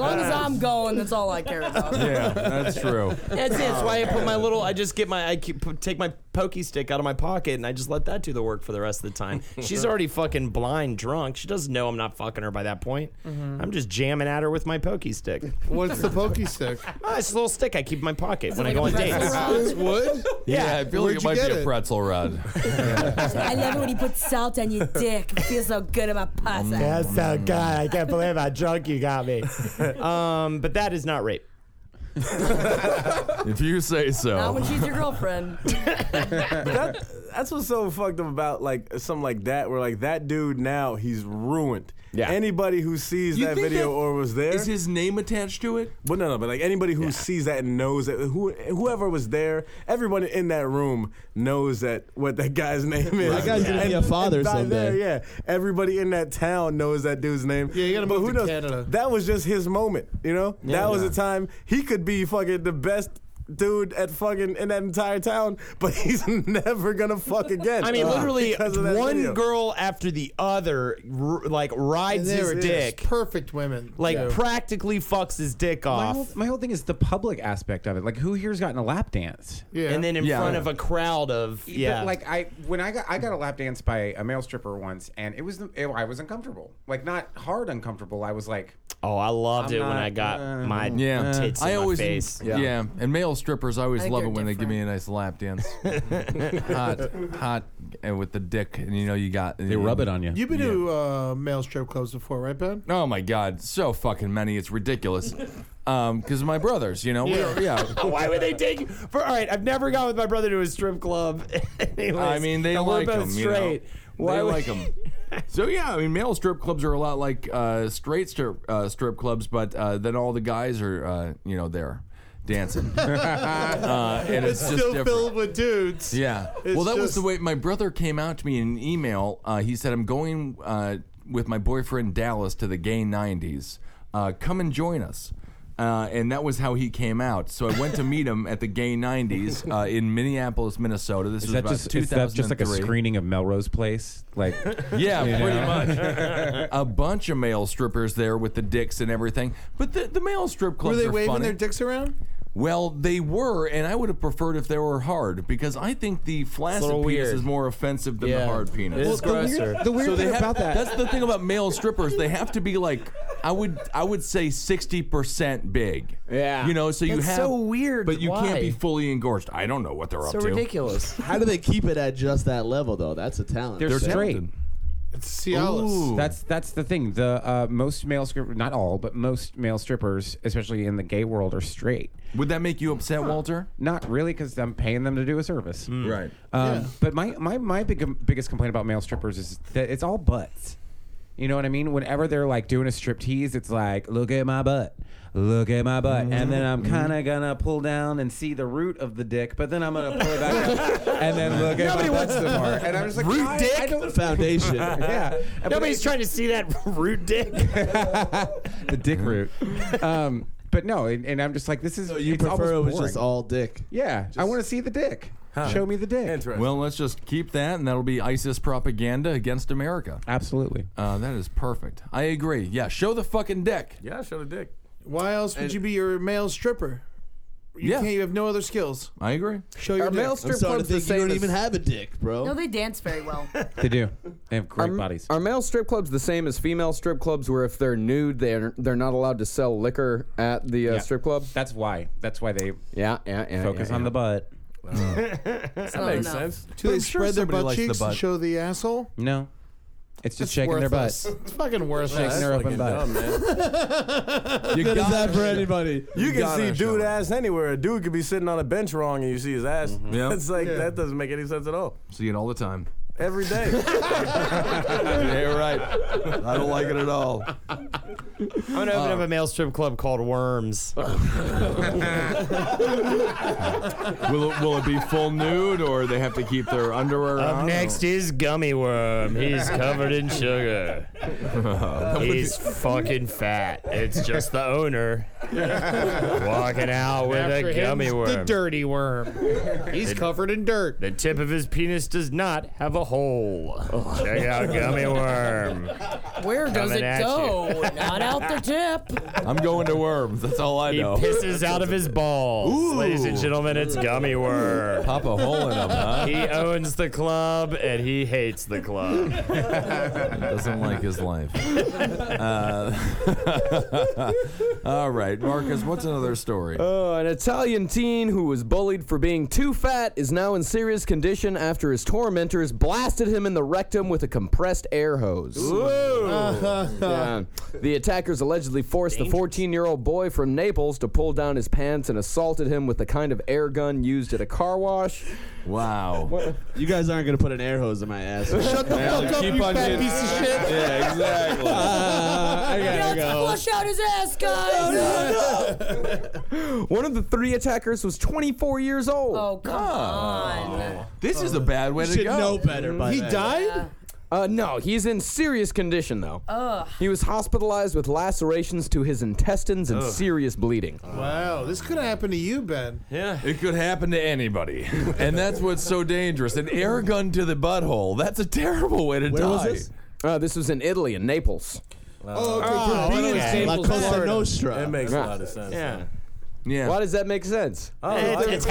long as I'm going, that's all I care about.
Yeah, that's true.
That's it. That's why I put my little. I just get my. I keep, put, take my pokey stick out of my pocket and I just let that do the work for the rest of the time. She's already fucking blind drunk. She doesn't know I'm not fucking her by that point.
Mhm.
I'm just jamming at her with my pokey stick.
What's the pokey stick?
Ah, it's a little stick I keep in my pocket
Is it
when I
like
go
a
on dates.
pretzel rod? It's wood?
Yeah,
Yeah, I feel like it might be a pretzel rod.
I love it when you put salt on your dick. It feels so good in my pasta.
That's so good. I can't believe how drunk you got me. Um, but that is not rape.
if you say so.
Not when she's your girlfriend.
that, that's what's so fucked up about like something like that, where like that dude now he's ruined. Yeah. Anybody who sees
You
that
think
video
that-
or was there
is his name attached to it?
But no, no. But like anybody who sees that and knows that who whoever was there, everyone in that room knows that what that guy's name is.
That guy's gonna be a father
by
someday.
there, yeah, everybody in that town knows that dude's name. Yeah, you gotta but
move
who
to
knows?
Canada.
That was just his moment. You know,
Yeah.
that was
Yeah.
a time he could be fucking the best. Dude, at fucking in that entire town, but he's never gonna fuck again.
I mean, literally
because of that
one
video.
girl after the other, r- like rides
They
his
were
dick,
just perfect women.
like
Yeah.
practically fucks his dick
My
off.
whole, my whole thing is the public aspect of it. Like, who here's gotten a lap dance?
And then in front of a crowd of
But,
yeah,
like I when I got I got a lap dance by a male stripper once, and it was the- it, I was uncomfortable. Like not hard uncomfortable. I was like,
oh, I loved
I'm
it when
not-
I got
uh,
my
Yeah,
tits in
I
my
always
face.
Yeah. and male strippers, I always
I think
love it
they're
when they give me a nice lap dance, hot, hot, and with the dick, and you know you got they
rub it on
You've been to uh, male strip clubs before, right, Ben?
Oh my god, so fucking many, it's ridiculous. Um, because my brothers, you know, we were- yeah.
Why would they take you? For all right, I've never gone with my brother to a strip club. Anyways,
I mean, they
and
like
we're both
them.
Straight.
You know?
Why
they
would-
like them. So yeah, I mean, male strip clubs are a lot like uh, straight strip uh, strip clubs, but uh, then all the guys are, uh, you know, there dancing, uh, and it's, just
still
different.
filled with dudes.
Yeah.
It's
well, that was
just-
the way my brother came out to me in an email. Uh, he said, I'm going uh, with my boyfriend Dallas to the gay 90s. Uh, come and join us. Uh, and that was how he came out. So I went to meet him at the Gay 90s uh, in Minneapolis, Minnesota. This
is
was
that
about
just
2003.
is that just like a screening of Melrose Place? Like,
Yeah,
you
pretty
know?
much. a bunch of male strippers there with the dicks and everything. But the, the male strip
Were
clubs
they
are
waving
funny.
their dicks around?
Well, they were, and I would have preferred if they were hard because I think the flaccid
little
penis
weird.
is more offensive than the
Yeah.
hard penis.
It is Well, the weird- grosser. the weird
they
thing
have-
about that-
That's the thing about male strippers. They have to be like I would I would say sixty percent big.
Yeah.
You know, so you
That's
have
so weird.
but you can't be
Why?
fully engorged. I don't know what they're up to.
How do they keep it at just that level though? That's a talent.
They're They're straight. talented.
It's Cialis.
That's that's the thing. The uh, most male strip, not all, but most male strippers, especially in the gay world, are straight.
Would that make you upset, Walter? Mm. Uh,
Not really, because I'm paying them to do a service.
Right.
Um,
Yeah.
But my my my big, biggest complaint about male strippers is that it's all butts. You know what I mean? Whenever they're like doing a strip tease, it's like, look at my butt, look at my butt, and then I'm kind of gonna pull down and see the root of the dick, but then I'm gonna pull it back up, and then look at
Nobody
my butt
wants-
some more. And I'm just like,
Root
I,
dick?
I don't
Foundation.
yeah.
Nobody's trying to see that root dick.
the dick root. Um, but no, and, and I'm just like, this is.
So you
it's almost
prefer it was just
boring.
all dick.
Yeah, I want to see the dick. Show me the dick.
Well, let's just keep that, and that'll be ISIS propaganda against America.
Absolutely.
Uh, that is perfect. I agree. Yeah, show the fucking dick.
Yeah, show the dick.
Why else would
And-
you be your male stripper? You
Yeah.
can't. You have no other skills.
I agree.
Show your
Our male
dick.
strip I'm starting clubs to the think you same don't as- even have a dick,
No,
bro.
they dance very well.
They do. They have great
Um,
Our-
bodies.
Are male strip clubs the same as female strip clubs, where if they're nude, they're they're not allowed to sell liquor at the uh,
Yeah.
strip club?
That's why. That's why they
yeah, yeah, yeah,
focus
yeah,
on
yeah.
the butt.
It's
That
Oh,
not
makes
enough.
sense.
Do they
I'm sure
spread their
somebody
butt
likes the
cheeks
butt.
and show the asshole?
No, it's just
It's
shaking their butt.
worthless. It's fucking worthless.
Shaking their open butt.
You
Good as
gotta
that for
show it.
anybody.
You can
gotta
see
show
dude
it.
ass anywhere. A dude could be sitting on a bench wrong and you see his ass.
Yeah.
It's like
Yeah.
that doesn't make any sense at all.
See it all the time.
Every day.
yeah, you're right. I don't like it at all.
I'm gonna open up a male strip club called Worms.
Will it, will it be full nude or they have to keep their underwear
Up
on?
next is Gummy Worm. He's covered in sugar. He's fucking fat. It's just the owner walking out with
After
a
him,
gummy worm.
The dirty worm. He's covered in dirt.
The tip of his penis does not have a
a hole. Check out Gummy Worm.
Where does
Coming
it
at
go? Not out the tip.
I'm going to worms. That's all I
He
know.
pisses out of his balls.
Ooh.
Ladies and gentlemen, it's Gummy Worm.
Pop a hole in him, huh?
He owns the club and he hates the club.
Doesn't like his life. Uh, all right, Marcus, what's another story?
Oh, an Italian teen who was bullied for being too fat is now in serious condition after his tormentors blasted him in the rectum with a compressed air hose. Yeah. The attackers allegedly forced the 14 year old boy from Naples to pull down his pants and assaulted him with the kind of air gun used at a car wash.
Wow. you guys aren't going to put an air hose in my ass.
Shut the fuck up, you fat piece of shit.
Yeah, exactly.
Uh, I
Let's flush out his ass, guys.
One of the three attackers was 24 years old.
Oh, come on.
Oh. This is a bad way
You
to
should
go.
know better
Mm-hmm.
by
He
now.
died?
Uh, no, he's in serious condition though.
Ugh.
He was hospitalized with lacerations to his intestines and
Ugh.
serious bleeding.
Wow, this could have happened to you, Ben.
Yeah. It could happen to anybody. and that's what's so dangerous. An air gun to the butthole. That's a terrible way to die.
Uh, this was in Italy, in Naples.
Oh, okay. for being stable Florida. Uh,
It makes a lot of sense.
Yeah.
Yeah.
Why does that make sense?
I don't know, I could- yeah,
Yeah,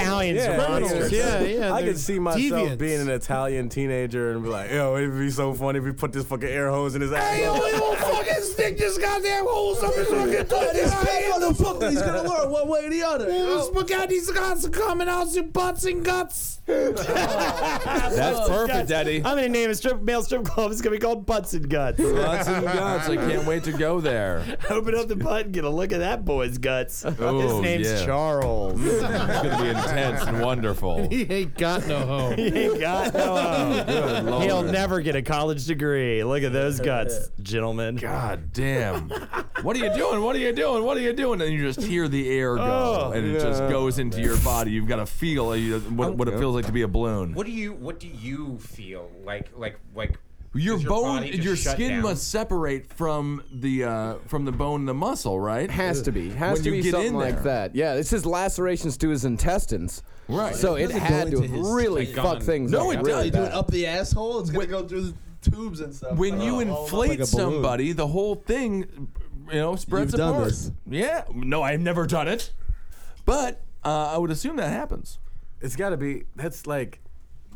yeah,
I
they're
could see myself
deviants.
being an Italian teenager and be like, yo, it'd be so funny if we put this fucking air hose in his ass.
Hey, yo, we will fucking stick this goddamn hole somewhere so we can touch his hands.
motherfucker, he's gonna learn one way or the other.
Little spaghetti's guts are coming out your butts and guts.
That's perfect, Daddy.
I'm gonna name a strip male strip club. It's gonna be called Butts and Guts.
Lots of guts. I can't wait to go there.
Open up the butt and get a look at that boy's guts. His
Oh,
name's
yeah.
Charles.
it's gonna be intense and wonderful.
He ain't got no home.
he ain't got no
Good
home.
Lord.
He'll never get a college degree. Look at those guts, gentlemen.
God damn. What are you doing? What are you doing? What are you doing? And you just hear the air go,
Oh,
and it just
yeah.
goes into your body. You've got to feel you- what, what it feels like to be a balloon.
What do you What do you feel like? Like like
Your,
does
bone,
body just
your
shut
skin
down?
must separate from the uh, from the bone and the muscle, right?
Has to be. Has
When
to
you
be
get
something
in
like
there.
that. Yeah, this is lacerations to his intestins.
Right.
So it
Doesn't go
had to
into his
really
like
fuck
gun.
things
No,
up.
it
really
does. You do
bad.
it
Up the asshole, it's going to go through the tubes and stuff.
When you
Oh, oh, like
inflate
a balloon.
somebody, the whole thing, you know, spreads
You've done
apart.
this.
Yeah. No, I've never done it, but uh, I would assume that happens.
It's got to be. That's like,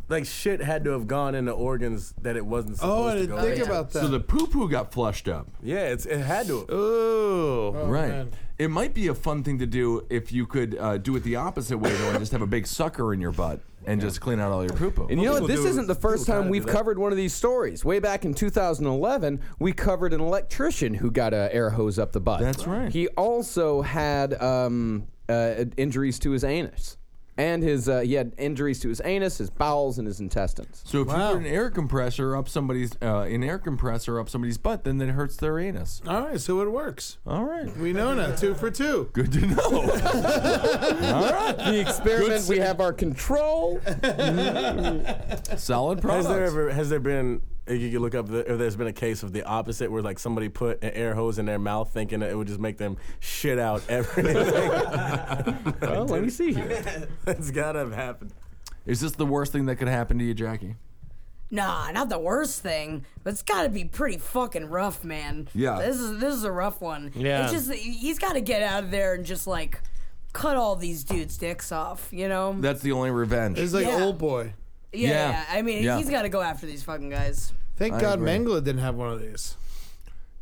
like shit had to have gone into organs that it wasn't supposed
Oh, I
to
didn't
go
think
into.
about that.
So the poo poo got flushed up.
Yeah, it's, it had to. Have.
Ooh.
right.
man.
Oh, It might be a fun thing to do if you could uh, do it the opposite way, though, and just have a big sucker in your butt and just clean out all your poo poo.
And you know what? This isn't the first time we've covered one of these stories. Way back in 2011, we covered an electrician who got an air hose up the butt.
That's right.
He also had um, uh, injuries to his anus, and his uh, he had injuries to his anus, his bowels, and his intestines.
So if you put an air compressor up somebody's uh, an air compressor up somebody's butt, then it hurts their anus.
All right, so it works.
All right.
We know now. Two for two.
Good to know. all right.
The experiment we have our control.
Solid product.
Has there ever has there been? You can look up the, if there's been a case of the opposite where like somebody put an air hose in their mouth thinking that it would just make them shit out everything.
well, let me see here.
it's gotta have happened.
Is this the worst thing that could happen to you, Jackie?
Nah, not the worst thing, but it's got to be pretty fucking rough, man.
Yeah.
This is this is a rough one.
Yeah.
It's just he's got to get out of there and just like cut all these dudes' dicks off. You know.
That's the only revenge.
It's like
Yeah.
old boy.
yeah,
yeah,
I mean,
yeah.
he's got to go after these fucking guys.
Thank
I
God
agree.
Mengele didn't have one of these.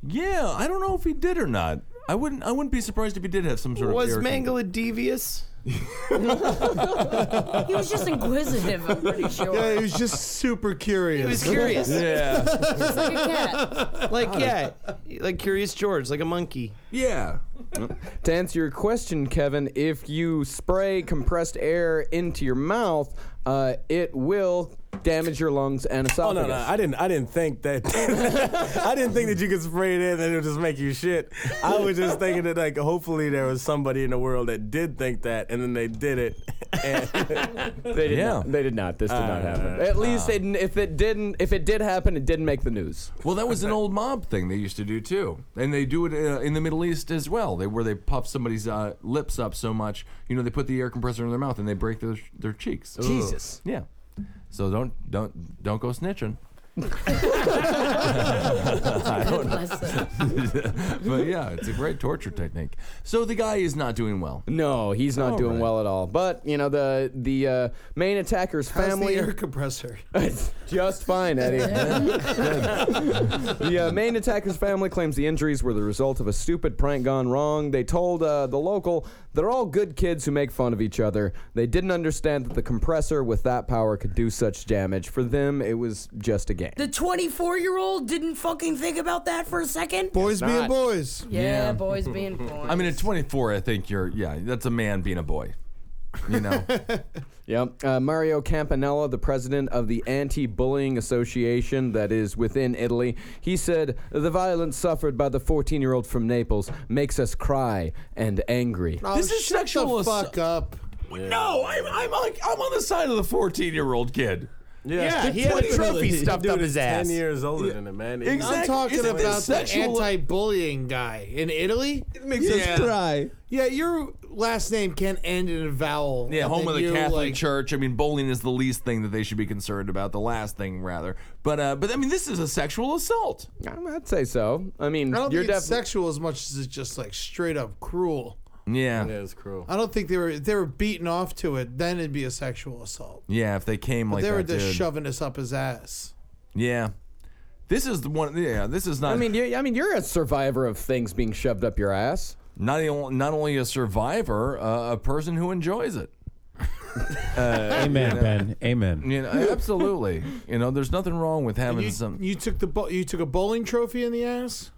yeah, I don't know if he did or not. I wouldn't. I wouldn't be surprised if he did have some sort
Was
of. air con-
Mangala devious?
He was just inquisitive. I'm pretty sure.
Yeah, he was just super curious.
He was curious.
Yeah.
Just like a cat.
Like yeah, like Curious George, like a monkey.
yeah.
To answer your question, Kevin, if you spray compressed air into your mouth, uh, it will damage your lungs and
Oh
esophagus.
no, no, I didn't. I didn't think that. I didn't think that you could spray it in and it would just make you shit. I was just thinking that like hopefully there was somebody in the world that did think that and then they did it. And
They did
Yeah.
not. They did not. This did not happen.
Uh,
At least it, if it didn't, if it did happen, it didn't make the news.
Well, that was an old mob thing they used to do too, and they do it uh, in the Middle East as well. They where they puff somebody's uh, lips up so much, you know, they put the air compressor in their mouth and they break their their cheeks.
Jesus.
Yeah. So don't don't don't go snitching. I don't know. but yeah, it's a great torture technique. So the guy is not doing well.
No, he's not
All
doing
right.
well at all. But you know the the uh, main attacker's
How's
family
the air compressor?
just fine, Eddie. the uh, main attacker's family claims the injuries were the result of a stupid prank gone wrong. They told uh, the local they're all good kids who make fun of each other. They didn't understand that the compressor with that power could do such damage. For them, it was just a game.
The 24 year old didn't fucking think about that for a second.
Boys Guess being not. boys.
Yeah,
Yeah.
boys being boys.
I mean, at 24, I think you're yeah, that's a man being a boy. You know.
Yep. Uh, Mario Campanella, the president of the Anti Bullying Association that is within Italy, he said, The violence suffered by the 14 year old from Naples makes us cry and angry.
Oh,
this is sexual assault. Fuck
up.
No, I'm I'm on, I'm on the side of the 14 year old kid.
Yeah, he had a trophy stuffed up his ass. 10 years older than him, man. Exactly.
I'm talking
Isn't it
about the
sexual-
anti-bullying guy in Italy. It
makes us cry.
Yeah, your last name can end in a vowel.
Yeah,
and
home
then
of the
you,
Catholic
like,
Church. I mean, bowling is the least thing that they should be concerned about. The last thing, rather. But uh, but I mean, this is a sexual assault.
I'd say so. I mean,
I don't
you're
think it's
defi-
sexual as much as it's just like straight up cruel.
Yeah.
Yeah, it's cruel.
I don't think they were if they were beaten off to it. Then it'd be a sexual assault.
Yeah, if they came
But
like
they
that,
were just
dude.
shoving us up his ass.
yeah. This is the one. Yeah, this is not.
I mean, you I mean, you're a survivor of things being shoved up your ass.
Not even, not only a survivor, uh, a person who enjoys it. Uh,
Amen,
you know,
Ben. Amen.
You know, absolutely. You know, there's nothing wrong with having
You,
some
you took the bo- you took a bowling trophy in the ass.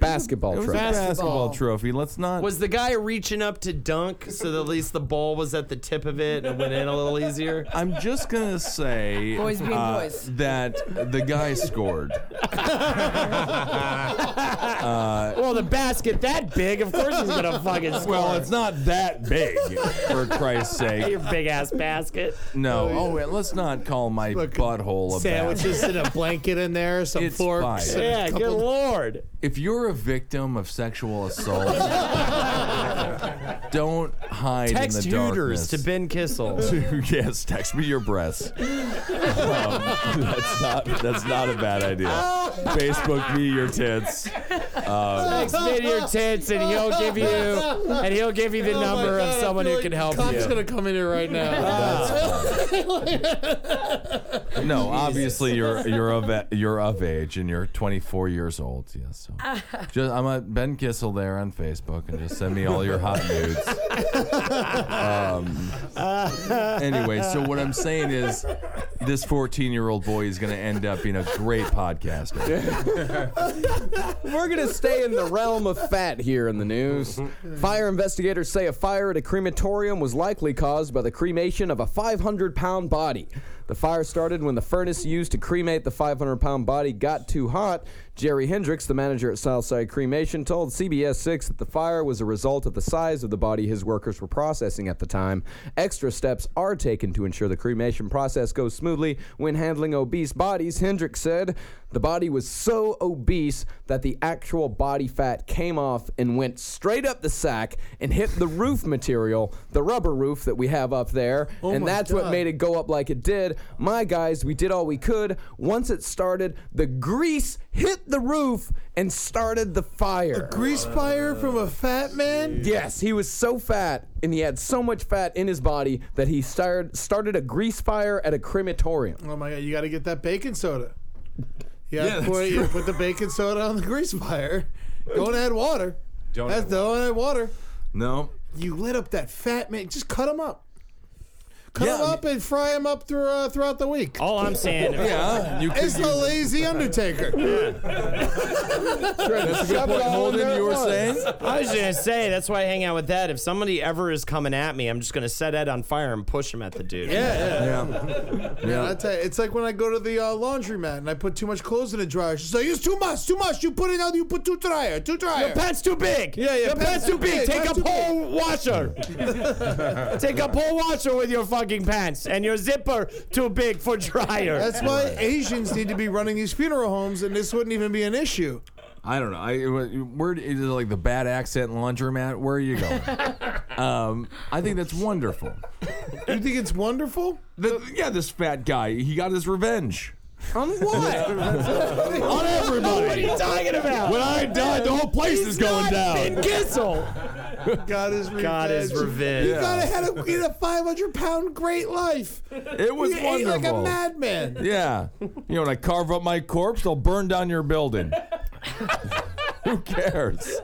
Basketball
It was a basketball trophy. Let's not.
Was the guy reaching up to dunk so that at least the ball was at the tip of it and it went in a little easier?
I'm just gonna say
Boys being
uh,
boys.
that the guy scored. Uh,
Well, the basket that big, of course he's gonna fucking score.
Well, it's not that big, for Christ's
Your
sake.
big ass basket.
No. Oh, wait, let's not call my butthole a
Sandwiches
basket.
and a blanket in there, some
It's
forks.
fine.
and a
Yeah,
couple-
good
lord.
If you're a victim of sexual assault, don't hide
Text
in the
Hooters
darkness.
to Ben Kissel.
yes, text me your breasts. Um, that's not that's not a bad idea. Facebook me your tits. Um,
Text me your tits, and he'll give you and he'll give you the
Oh my
number
God,
of
I
someone
feel
who
like
can help
cops
you.
gonna come in here right now.
no, obviously you're you're of a- you're of age and you're 24 years old. Yes. So. Just, I'm at Ben Kissel there on Facebook and just send me all your hot nudes. Um, anyway, so what I'm saying is this 14 year old boy is going to end up being a great podcaster.
We're going to stay in the realm of fat here in the news. Fire investigators say a fire at a crematorium was likely caused by the cremation of a 500 pound body. The fire started when the furnace used to cremate the 500 pound body got too hot. Jerry Hendricks, the manager at Southside Cremation, told CBS 6 that the fire was a result of the size of the body his workers were processing at the time. Extra steps are taken to ensure the cremation process goes smoothly when handling obese bodies, Hendricks said. The body was so obese that the actual body fat came off and went straight up the sack and hit the roof material, the rubber roof that we have up there,
Oh
and
my
that's what
God.
made it go up like it did. My guys, we did all we could. Once it started, the grease hit the roof and started the fire.
Grease fire from a fat man.
Yes, he was so fat and he had so much fat in his body that he started started a grease fire at a crematorium.
Oh my god, you got to get that baking soda. Yeah,
Yeah, that's
pour, you
true.
put the baking soda on the grease fire. Don't add water.
Don't
That's
add
don't add water.
No.
You lit up that fat man. Just cut him up. Cut
Yeah,
him
I
up and fry him up through, uh, throughout the week.
All I'm saying-
Yeah, you could
it's the
use-
lazy Undertaker.
That's a good point, Holden. You were saying?
I was gonna say that's why I hang out with Ed. If somebody ever is coming at me, I'm just gonna set Ed on fire and push him at the dude.
Yeah,
yeah.
Man, I tell you, it's like when I go to the uh, laundromat and I put too much clothes in the dryer. She's like, "It's too much, too much. You put it out, you put too dryer, too dryer.
Your pants too big.
Yeah, yeah.
Your pants too big. Take
pants
up
too big.
whole washer. Take up whole washer with your fucking pants and your zipper too big for dryer.
That's why Asians need to be running these funeral homes, and this wouldn't even be an issue.
I don't know. I it wa- where is it like the bad accent laundromat? Where are you going? um, I think that's wonderful.
You think it's wonderful?
The, yeah, this fat guy. He got his revenge.
On what?
On everybody. What are you talking about?
When I die, the whole place
He's
is going
not
down.
Vin
Kissel. God is revenge.
God is revenge.
You gotta had a, get a 500 pound great life.
It was
you
wonderful.
Ate like a madman.
Yeah. You know, when I carve up my corpse, I'll burn down your building. Who cares?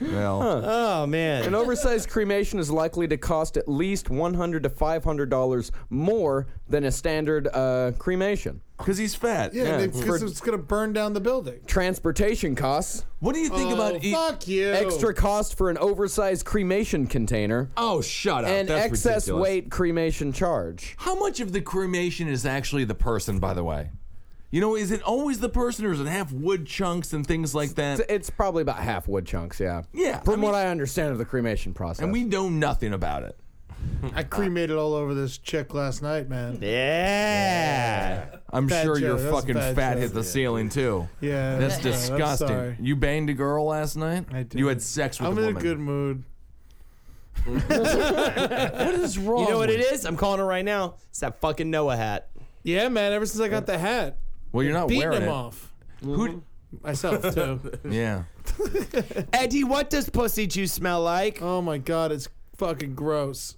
Well.
Oh man.
An oversized cremation is likely to cost at least 100 to 500 dollars more than a standard uh, cremation.
Because he's fat.
Yeah, because it's gonna burn down the building.
transportation costs.
What do you
think Oh, about e- fuck you.
Extra cost for an oversized cremation container.
Oh, shut up.
And
That's
excess
ridiculous.
weight cremation charge.
How much of the cremation is actually the person, by the way? You know, is it always the person or is it half wood chunks and things like that?
It's, it's probably about half wood chunks, yeah.
Yeah.
From what I understand of the cremation process.
And we know nothing about it.
I cremated all over this chick last night, man.
Yeah.
I'm
Bad
sure your
joke. That's a
fucking
bad
fat
joke.
hit the ceiling too.
Yeah,
that's
that's fine. I'm
disgusting.
sorry.
You banged a girl last night. I did. You had sex with
I'm
a
in
woman.
a good mood.
what
is
wrong
You know what
with
it is? I'm calling it right now. It's that fucking Noah hat.
Yeah, man. Ever since I got the hat,
well, you're not
beating
wearing
him
it.
off. Mm-hmm.
Who?
Myself too.
Yeah.
Eddie, what does pussy juice smell like?
Oh my god, it's fucking gross.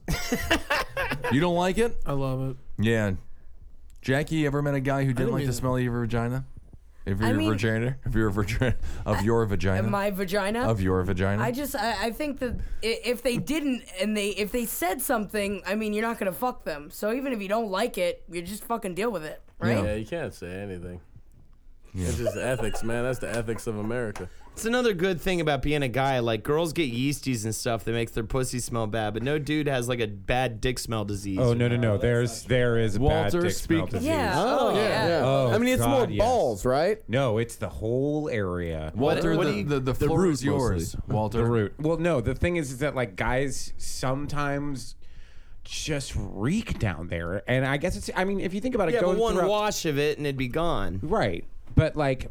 You don't like it?
I love it.
Yeah. Jackie, you ever met a guy who didn't like the smell of your vagina? If
I
you're
mean-
a vagina, if you're a vagina, of your vagina,
My vagina.
of your vagina.
I just I, I think that i- if they didn't and they if they said something, I mean you're not gonna fuck them. So even if you don't like it, you just fucking deal with it.
Yeah. you can't say anything. It's just ethics, man. That's the ethics of America.
It's another good thing about being a guy. Like girls get yeasties and stuff that makes their pussy smell bad, but no dude has like a bad dick smell disease.
Oh no no no! There's there is
Walter,
bad dick smell
speak-
disease.
Yeah. Oh, yeah. yeah.
Oh,
I mean, it's
God,
more
yes.
balls,
right?
No, it's the whole area.
Walter, the, the, the floor is yours. Walter.
The root. Well, no. The thing is, is that like guys sometimes just reek down there, and I guess it's. I mean, if you think about it,
Yeah,
going
but one
throughout-
wash of it and it'd be gone.
Right, but like,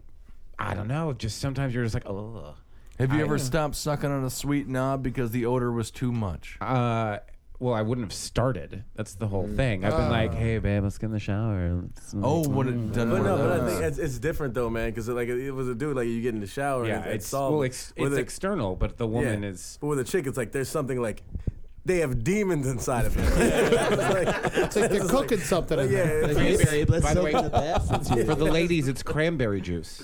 I don't know. Just sometimes you're just like, ugh.
Have you
I-
ever stopped sucking on a sweet knob because the odor was too much?
Uh, well, I wouldn't have started. That's the whole thing. I've been like, hey, babe, let's get in the shower. Let's-
Oh, what it done?
But
one
no,
of
but I
those.
think it's, it's different though, man. Because like it was a dude, like you get in the shower.
Yeah,
and it's,
it's-
all
well, it's-
with
it's
a-
external, but the woman is-
But with a chick, it's like there's something like they have demons inside of her.
It's like they're cooking something. in
yeah,
there.
Cranberry- by the way, for the ladies, it's cranberry juice.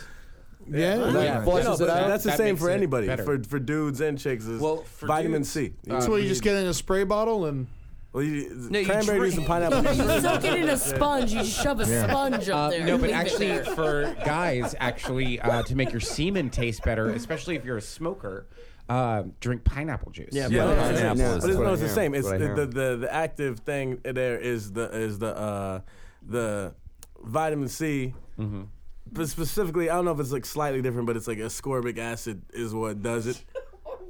Yeah,
Yeah.
that
Yeah.
flushes
No,
it
but
out.
That's the
That
same
makes
for
it
anybody.
better.
For for dudes and chicks, is
Well, for
vitamin
dudes- uh,
C.
That's why you just get in a spray bottle and.
Well, you,
No, you
cranberry
drink-
juice and pineapple.
You
juice.
soak
it in a sponge. You shove a
Yeah.
sponge up
Uh,
there.
no,
and
but
leave it
actually,
there.
for guys, actually, uh, to make your semen taste better, especially if you're a smoker, uh, drink pineapple juice.
but, it's- but it's, no, it's the same. It's
What I
the,
hear.
the, the the active thing there is the is the uh, the vitamin C. But specifically, I don't know if it's like slightly different, but it's like ascorbic acid is what does it.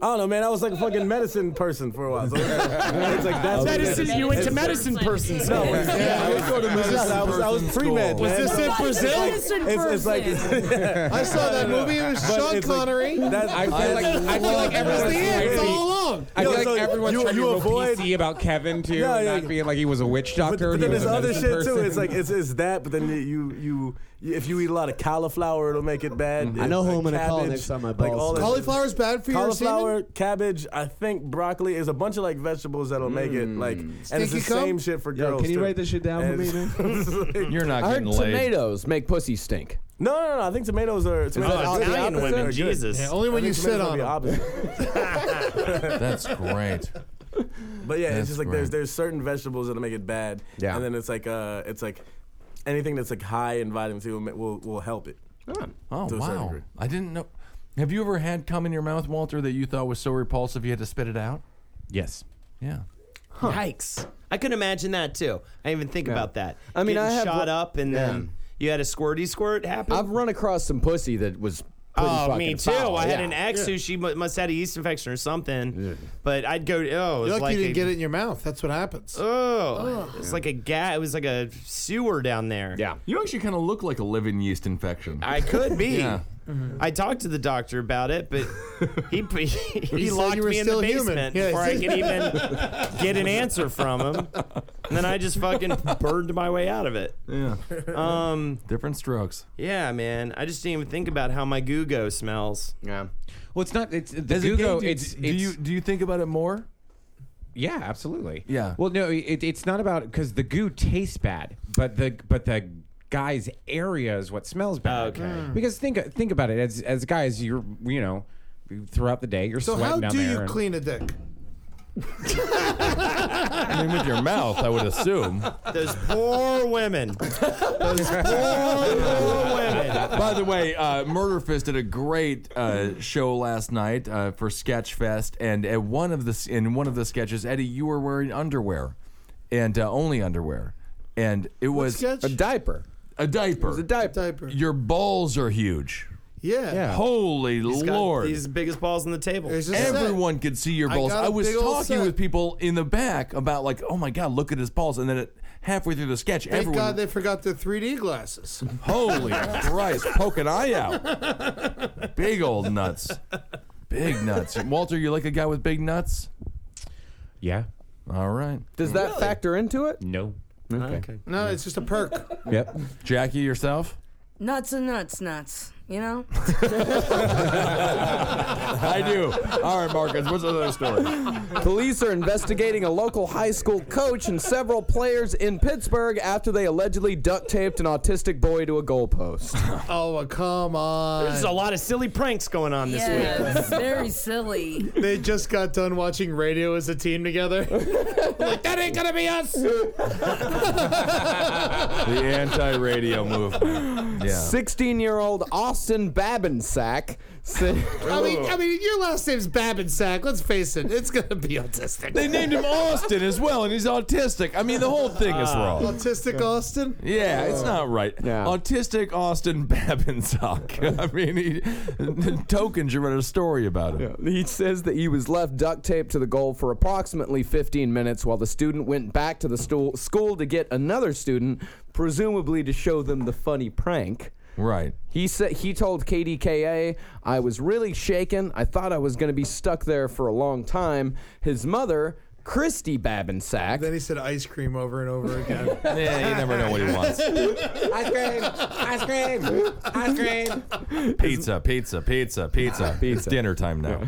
I don't know, man. I was like a fucking medicine person for a while. So it's like that's what it is.
medicine. You went to
It's-
medicine person school.
I was going to medicine. I was, I was pre-med.
Was
man.
this in Brazil?
It's, it's, it's like
I saw that movie. It was
But
Sean
it's like-
Connery.
That's-
I feel like I feel like
That was
everyone's
the
trying
end.
to
It's
be-
all along.
I feel
Yo,
like
so
everyone's
you-
trying
you
to be
avoid-
real PC about Kevin too,
Yeah,
and
yeah,
not
yeah.
being like he was a witch doctor.
But then
he was
there's
a
other
medicine
shit too.
person.
It's like it's, it's that, but then you you you if you eat a lot of cauliflower, it'll make it bad.
Mm-hmm. I know
It's
who
like
I'm gonna call
cabbage,
next time my
like
balls
all
hurt.
that-
Cauliflower's bad for your
Cauliflower, cabbage. I think broccoli is a bunch of like vegetables that'll make it like, and it's the
Stinky cum?
same shit for
Mm. Yo,
girls.
can you
too.
write this shit down for
And
me,
it's-
man?
You're not
I heard tomatoes make pussy stink.
No, no, no. I think tomatoes are. Tomatoes
that
are the
Oh, Italian
opposite
women?
are good.
Jesus. Yeah, only
I
when
think
you sit
tomatoes
on
are the opposite.
That's great.
But yeah,
That's
it's just like
right.
there's there's certain vegetables that'll make it bad.
Yeah.
And then it's like uh it's like anything that's like high in vitamin C will ma- will, will help it.
Oh
To a certain
wow!
degree.
I didn't know. Have you ever had cum in your mouth, Walter, that you thought was so repulsive you had to spit it out?
Yes.
Yeah.
Yikes! I could imagine that too. I didn't even think about that.
I mean,
Getting
I have
shot
wa-
up and then you had a squirty squirt happen.
I've run across some pussy that was. pretty
Oh, me
fucking
too.
foul,
I had
yeah.
an ex who she mu- must had a yeast infection or something. But I'd go. Oh, it was
You're lucky
like
you didn't
a-
get it in your mouth. That's what happens.
Oh, it's like a gas. It was like a sewer down there.
Yeah,
You actually kind of look like a living yeast infection.
I could be.
Yeah.
I talked to the doctor about it, but he he,
He said
locked
you were
me in the
still human.
basement
Yeah, he
before I
said-
could even get an answer from him. And then I just fucking burned my way out of it.
Yeah.
Um,
Different strokes.
Yeah, man. I just didn't even think about how my goo go smells.
Yeah. Well, it's not. It's the
As a
goo
gay
go.
dude,
It's,
do
it's-
you-
do you think about it more?
Yeah, absolutely.
Yeah.
Well, no, it, it's not about because the goo tastes bad, but the but the guy's area is what smells bad. Okay.
Mm.
Because think think about it as as guys, you're you know throughout the day you're
So
sweating
how
down
do
there
you
and-
clean a dick?
I mean, with your mouth, I would assume.
Those poor women. Those poor women.
By the way, uh, Murderfist did a great uh, show last night uh, for Sketchfest, and at one of the s- in one of the sketches, Eddie, you were wearing underwear, and uh, only underwear, and it was
sketch?
a
diaper.
A diaper.
a diaper. diaper.
Your balls are huge.
Yeah.
Holy
He's got
lord.
These biggest balls on the table.
Everyone could see your
I
balls.
got
I,
a
was
big old
talking
set.
with people in the back about like, oh my god, look at his balls, and then it, halfway through the sketch,
Thank
everyone,
God they forgot their 3D glasses.
holy Christ, poke an eye out, big old nuts, big nuts. Walter, you like a guy with big nuts?
Yeah.
All right.
Does that factor into it?
No.
Okay.
No, it's just a perk.
Yep.
Jackie, yourself?
Nuts and nuts, nuts. You know?
I do. All right, Marcus, what's another story?
Police are investigating a local high school coach and several players in Pittsburgh after they allegedly duct taped an autistic boy to a goalpost.
Oh, well, come on.
There's a lot of silly pranks going on this
yeah,
week.
it's very silly.
They just got done watching radio as a team together. like, that ain't gonna be us!
The anti-radio movement. Yeah.
16 year old Austin Babinsack. Said,
I mean, I mean, your last name's Babinsack. Let's face it, it's gonna be autistic.
They named him Austin as well, and he's autistic. I mean, the whole thing is wrong.
Autistic Austin?
Yeah, it's not right. Autistic Austin Babinsock. I mean, he, tokens. You read a story about him.
He says that he was left duct taped to the goal for approximately 15 minutes while the student went back to the stool- school to get another student, presumably to show them the funny prank.
Right.
He said he told KDKA, "I was really shaken. I thought I was going to be stuck there for a long time." His mother, Christy Babinsack,
Then he said ice cream over and over again.
yeah, you never know what he wants.
Ice cream. Ice cream. Ice cream.
Pizza, pizza, pizza, pizza. It's dinner time now.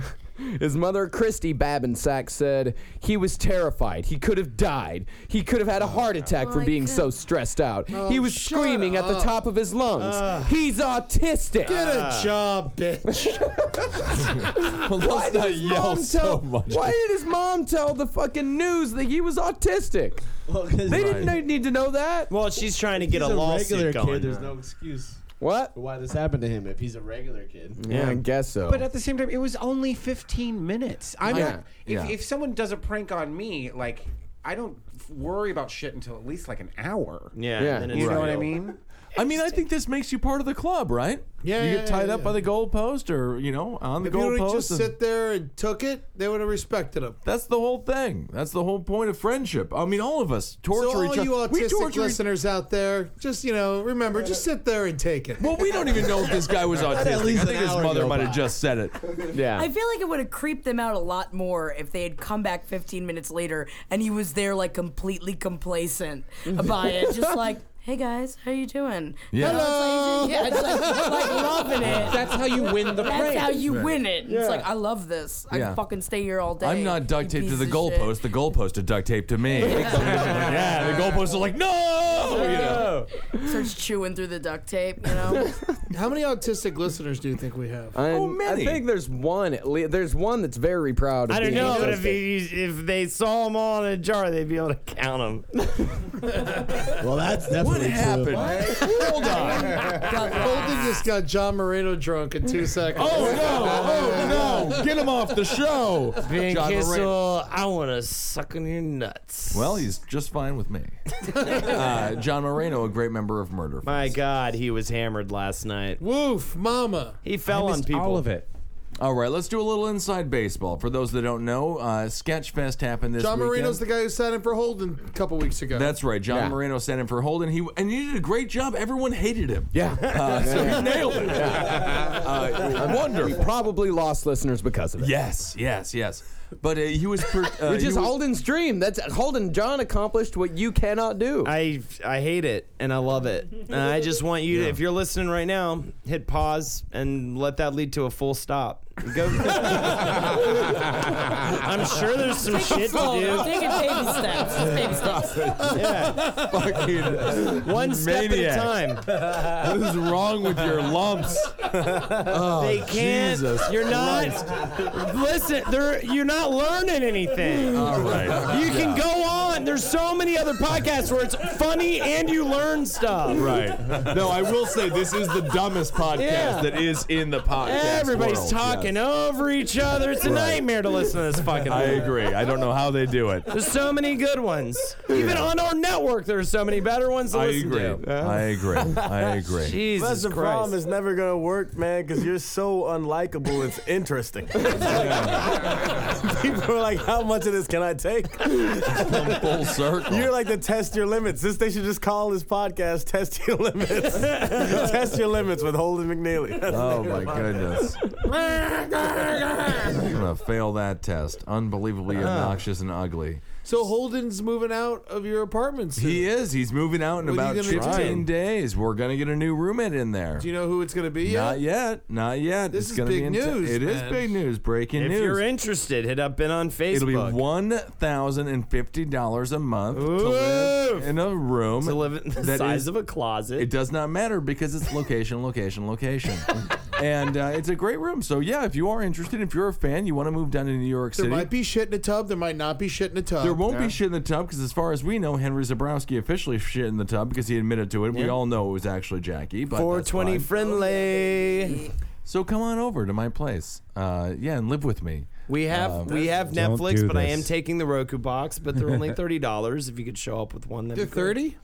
His mother, Christy Babinsack, said he was terrified. He could have died. He could have had a heart attack
Oh,
from being so stressed out. he was screaming at the top of his lungs. He's autistic.
Get a job, bitch.
Well,
Why
let's
did
not
his
yell
mom
so
tell?
much.
Why did his mom tell the fucking news that he was autistic? they didn't need to know that.
Well, she's trying to get
He's
a
a
lawsuit
regular
going.
kid. There's no excuse
What?
for why this happened to him if he's a regular kid.
Yeah, I guess so.
But at the same time, it was only 15 minutes. I'm
Yeah.
not, if,
Yeah.
if someone does a prank on me, like, I don't f- worry about shit until at least like an hour.
Yeah, Yeah. then it's
You know what I
real.
mean?
I mean, I think this makes you part of the club, right?
Yeah,
You
yeah,
get tied
yeah,
up
yeah.
by the goalpost, or you know, on the
If you would've
goalpost.
just
and-
sit there and took it, they would have respected him.
That's the whole thing. That's the whole point of friendship. I mean, all of us torture
So all
each other.
you
we
autistic
torture each-
listeners out there, just you know, remember, just sit there and take it.
Well, we don't even know if this guy was
Let at
autistic.
least
I think
an
his
hour
mother
go
might
by.
have just said it.
Yeah.
I feel like it would have creeped them out a lot more if they had come back 15 minutes later and he was there like completely complacent about it, just like. Hey guys, how you doing?
Yeah.
Hello. It's like, yeah, it's like, like loving it.
That's how you win the
That's
prank.
how you
Right.
win it.
Yeah.
It's like I love this. I
Yeah.
can fucking stay here all day.
I'm not duct taped to the
piece of
goalpost. The goalpost is duct taped to me. yeah, the goalposts are like, no! You know?
Starts chewing through the duct tape. You know.
How many autistic listeners do you think we have?
And
Oh, many.
I think there's one. At least, there's one that's very proud. Of
I don't
being
know, but if,
autistic.
you, if they saw them all in a jar, they'd be able to count them.
Well, that's
What
definitely
happened? Hold on.
Bolden just got John Moreno drunk in two seconds.
Oh, no. Oh, no. Get him off the show.
Being
John Morant.
Kissel, I want to suck on your nuts.
Well, he's just fine with me. Uh, John Moreno, a great member of Murder.
My God, he was hammered last night.
Woof, mama.
He
I
fell on
missed
people.
All of it.
All right, let's do a little inside baseball. For those that don't know, uh, Sketchfest happened this
John
weekend.
Marino's the guy who sat in for Holden a couple weeks ago.
That's right. John
Yeah.
Marino sat in for Holden. He and he did a great job. Everyone hated him.
Yeah.
Uh, so he nailed it. Uh,
We
wonderful.
probably lost listeners because of it.
Yes, yes, yes. But uh, he was. Per, uh,
Which
he
is
was-
Holden's dream. That's Holden. John accomplished what you cannot do.
I I hate it and I love it. And I just want you, to, if you're listening right now, hit pause and let that lead to a full stop. Go.
uh,
I'm sure there's some shit to
slow-
do.
take it baby steps. Baby steps.
Yeah.
Fucking
One step
maniac.
at a time.
What is wrong with your lumps? Oh,
they can't.
Jesus
you're not. Listen, they're, you're not learning anything. All
right.
You can
Yeah.
go on. There's so many other podcasts where it's funny and you learn stuff.
Right. No, I will say this is the dumbest podcast
Yeah.
that is in the podcast.
Everybody's
world.
talking over each other. It's a
Right.
nightmare to listen to this fucking.
I
thing.
agree. I don't know how they do it.
There's so many good ones. Even on our network, there's so many better ones to
I
listen
agree.
to.
I agree. I agree.
Jesus
That's the
Christ.
problem. It's never gonna work, man, because you're so unlikable. It's interesting. People are like, "How much of this can I take?"
full circle.
You're like the test your limits. This they should just call this podcast "Test Your Limits." test your limits with Holden McNeely.
Oh my goodness. I'm gonna fail that test.
Ah.
Unbelievably obnoxious and ugly.
So Holden's moving out of your apartment. soon.
He is. He's moving out in
What are
about
you gonna
15 days. We're gonna get a new roommate in there.
Do you know who it's going to be?
Not yet. Not yet.
This
it's
is
gonna
big
be
news,
It is
man.
big news. Breaking
If
news.
you're interested, hit up Ben on Facebook.
It'll be one thousand and fifty dollars a month to live in a room
To live in the
that
size
is-
of a closet.
It does not matter because it's location, location, location, and uh, it's a great room. So yeah, if you are interested, if you're a fan, you want to move down to New York
There
City.
might be shit in a tub. There might not be shit in a tub.
There won't
Yeah.
be shit in the tub because, as far as we know, Henry Zabrowski officially shit in the tub because he admitted to it. We
Yeah.
all know it was actually Jackie. But that's
420
fine.
friendly.
So come on over to my place. Uh, yeah, and live with me.
We have
Um,
we have
Don't
Netflix,
do
but I
this.
am taking the Roku box. But they're only thirty dollars. If you could show up with one, that'd
They're
be great.
30?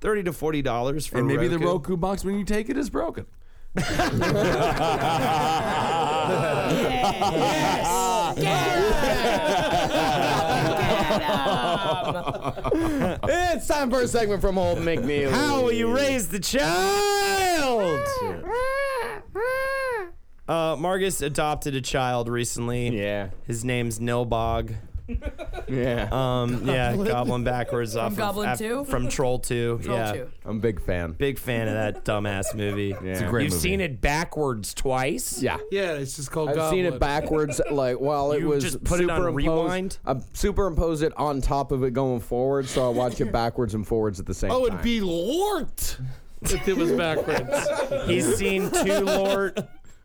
Thirty to forty dollars for
and
a
maybe the
Roku.
Roku box when you take it is broken. Ah.
it's time for a segment from Holden McNeely.
How will Oh, you raise the child? Uh, Margus adopted a child recently. Yeah. His name's Nilbog.
Yeah.
Um, yeah,
Goblin.
Goblin backwards off of-
Goblin
af-
2?
from Troll 2.
Troll
yeah.
2.
I'm a big fan.
Big fan of that dumbass movie.
It's a great
You've
movie.
seen it backwards twice?
Yeah.
Yeah, it's just called.
I've seen it backwards, like while it
You
was
just put it on
superimposed.
rewind?
I superimposed it on top of it going forward, so I watch it backwards and forwards at the same
Oh,
time.
it'd be Lort if it was backwards.
He's seen two Lort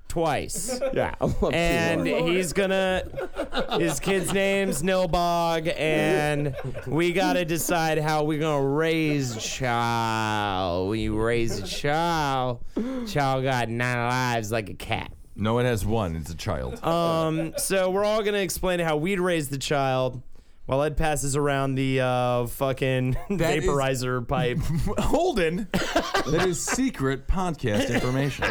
twice.
Yeah, I love Two
and
Lort.
he's gonna. His kid's name's Nilbog, and we gotta decide how we gonna raise a child. When you raise a child, child got nine lives like a cat.
No, it has one. It's a child.
Um, so we're all gonna explain how we'd raise the child. While Ed passes around the uh, fucking
That is-
vaporizer pipe,
Holden, that is secret podcast information.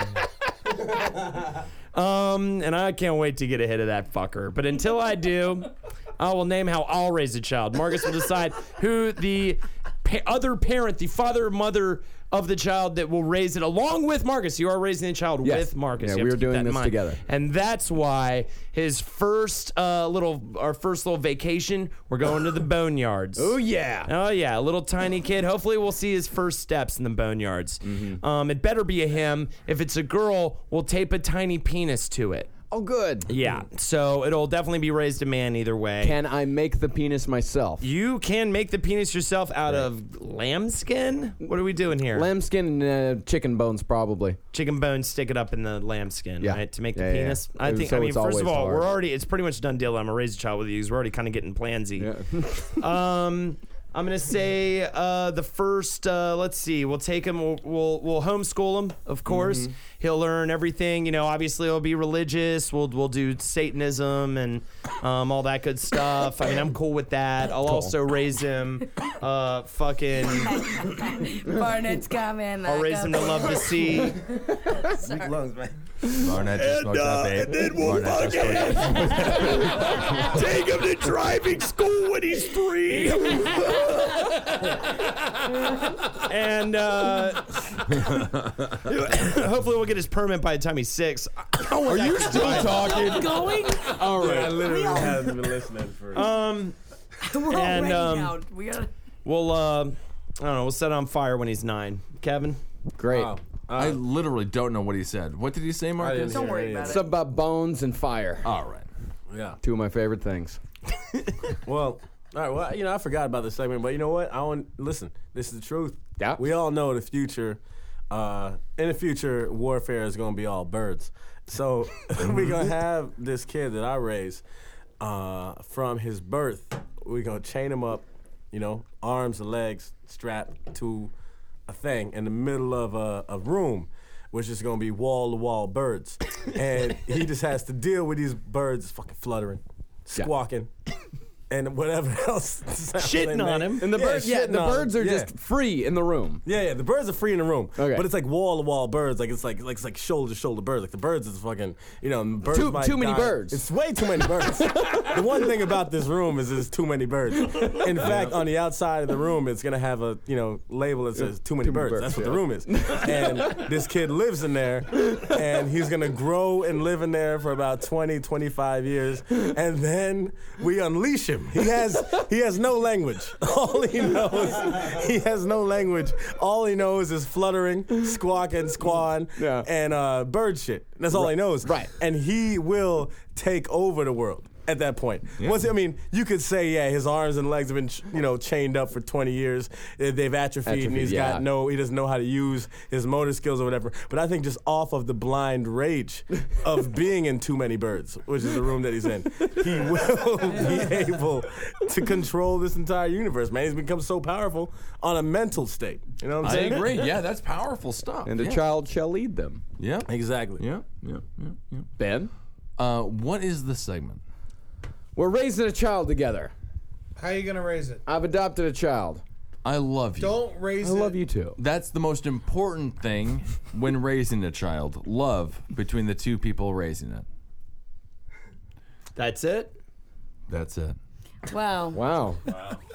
Um, and I can't wait to get a hit of that fucker. But until I do, I will name how I'll raise a child. Marcus will decide who the pa- other parent, the father or mother of the child that will raise it along with Marcus. You are raising the child
Yes.
with Marcus.
Yeah,
You have
we
to
are
keep
doing
that in
this
mind.
together.
And that's why his first uh, little, our first little vacation, we're going to the boneyards.
Oh, yeah.
Oh yeah, a little tiny kid. Hopefully, we'll see his first steps in the boneyards.
Mm-hmm.
Um, it better be a him. If it's a girl, we'll tape a tiny penis to it.
Oh, good.
Yeah, so it'll definitely be raised a man either way.
Can I make the penis myself?
You can make the penis yourself out of lamb skin. What are we doing here?
Lambskin and uh, chicken bones, probably.
Chicken bones, stick it up in the lamb skin,
Yeah.
right? To make the
Yeah, yeah, yeah.
penis. I
And
think.
so
I mean,
it's
first of
always
all, we're
hard.
already. It's pretty much done deal. I'm gonna raise a child with you. 'cause We're already kind of getting plansy. um, I'm gonna say uh, the first. Uh, let's see. We'll take him. We'll we'll, we'll homeschool him. Of
Mm-hmm.
course, he'll learn everything. You know, obviously he'll be religious. We'll we'll do Satanism and um, all that good stuff. I mean, I'm cool with that. I'll also raise him. Uh, fucking.
Barnett's coming.
I'll
like
raise
a
him to love to
bear.
see.
Sorry.
Barnett just smoked that vape. Barnett just smoked that
Take him to driving school when he's three.
and uh, hopefully we'll get his permit by the time he's six. Are
you still talking? Keep going?
All right.
I literally haven't been listening for.
Uh,
Um,
We're
and
already
um,
out. We gotta.
we'll uh, I don't know. We'll set it on fire when he's nine. Kevin.
Great.
I literally don't know what he said. What did he say, Marcus?
Don't
worry about
Something about bones and fire.
All right.
Yeah.
Two of my favorite things.
Well, all right. Well, you know, I forgot about this segment, but you know what? I want listen. This is the truth. Yeah. We all know the future. Uh, in the future, warfare is going to be all birds. So we're going to have this kid that I raised uh, from his birth. We're going to chain him up, you know, arms and legs strapped to a thing in the middle of a, a room, which is going to be wall to wall birds. and he just has to deal with these birds fucking fluttering, squawking. And whatever else, sounds they
Shitting on
make.
him. And the birds- yeah,
shitting
the
on
birds
him.
are just free in the room.
Yeah, yeah, the birds are free in the room.
Okay.
But it's like wall to wall birds. Like it's like like it's like shoulder to shoulder birds. Like the birds is fucking you know and birds
Too-
might
too many
die.
birds.
It's way too many birds. the one thing about this room is there's too many birds. In fact, on the outside of the room, it's gonna have a you know label that says too many birds. That's what the room is. And this kid lives in there, and he's gonna grow and live in there for about 20, 25 years, and then we unleash him. He has he has no language. All he knows he has no language. All he knows is fluttering, squawking, squawing, and uh, bird shit. That's all he knows. Right. And he will take over the world at that point. Once I mean, you could say, yeah, his arms and legs have been, ch- you know, chained up for 20 years. They- They've atrophied, and
Atrophied,
he's
yeah.
got no, he doesn't know how to use his motor skills or whatever. But I think just off of the blind rage of being in too many birds, which is the room that he's in, he will be able to control this entire universe. Man, he's become so powerful on a mental state. You know what I'm
I
saying?
agree. Yeah, that's powerful stuff.
And the
Yeah.
child shall lead them.
Yeah.
Exactly.
Yeah. Yeah. Yeah. yeah.
Ben?
Uh, what is the segment?
We're raising a child together.
How you gonna raise it?
I've adopted a child.
I love you.
Don't raise
I
it.
love you too.
That's the most important thing when raising a child love between the two people raising it.
That's it.
That's it.
Wow.
Wow.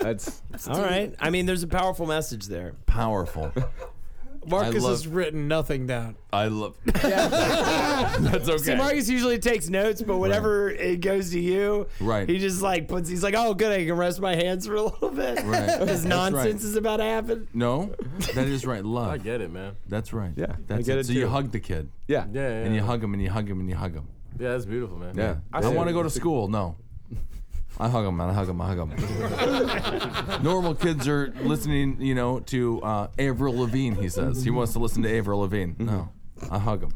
That's
all right. I mean, there's a powerful message there.
Powerful.
Marcus
I love-
has written nothing down.
I love.
That's
okay.
See, Marcus usually takes notes, but whenever it goes to you,
Right.
he just like puts. He's like, "Oh, good, I can rest my hands for a little bit."
Right. That's
Because nonsense
right.
is about to happen.
No, that is right. Love.
I get it, man.
That's right.
Yeah,
That's
I get
it.
it
So you
too.
hug the kid.
Yeah.
Yeah, yeah,
And you
yeah.
hug him and you hug him and you hug him.
Yeah, that's beautiful, man.
Yeah. I,
see.
want to go to school. No. I hug him, man. I hug him. I hug him. Normal kids are listening, you know, to uh, Avril Lavigne, he says. He wants to listen to Avril Lavigne. No. I hug him.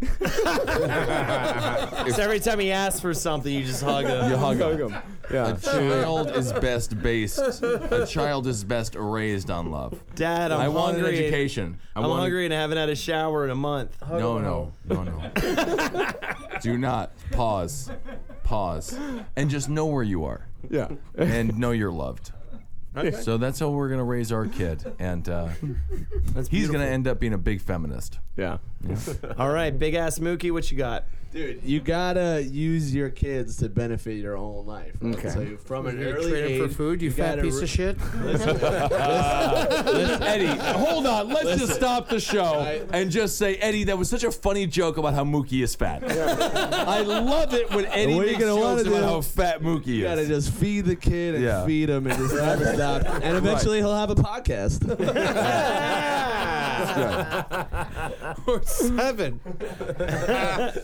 so every time he asks for something, you just hug him.
You hug him.
Yeah.
A child is best based. A child is best raised on love.
Dad, I'm
I want an
hungry.
education. I
I'm
want
hungry and I haven't had a shower in a month.
No, no, no, no. Do not pause. Pause. And just know where you are.
Yeah.
And know you're loved. So that's how we're going to raise our kid. And uh, he's going to end up being a big feminist.
Yeah.
All right, big ass Mookie, what you got?
Dude, you gotta use your kids to benefit your own life. Right?
Okay.
So from an
You
early
trade 'em
age,
for food, you fat
gotta
piece of shit.
Listen,
Uh,
Eddie, hold on. Let's just stop the show and just say, Eddie, that was such a funny joke about how Mookie is fat. I love it when Eddie
what you're
makes
gonna wanna
jokes about
do-
how fat Mookie is.
you gotta just feed the kid and
Yeah.
feed him and just never stop. And eventually he'll have a podcast.
or seven.
no,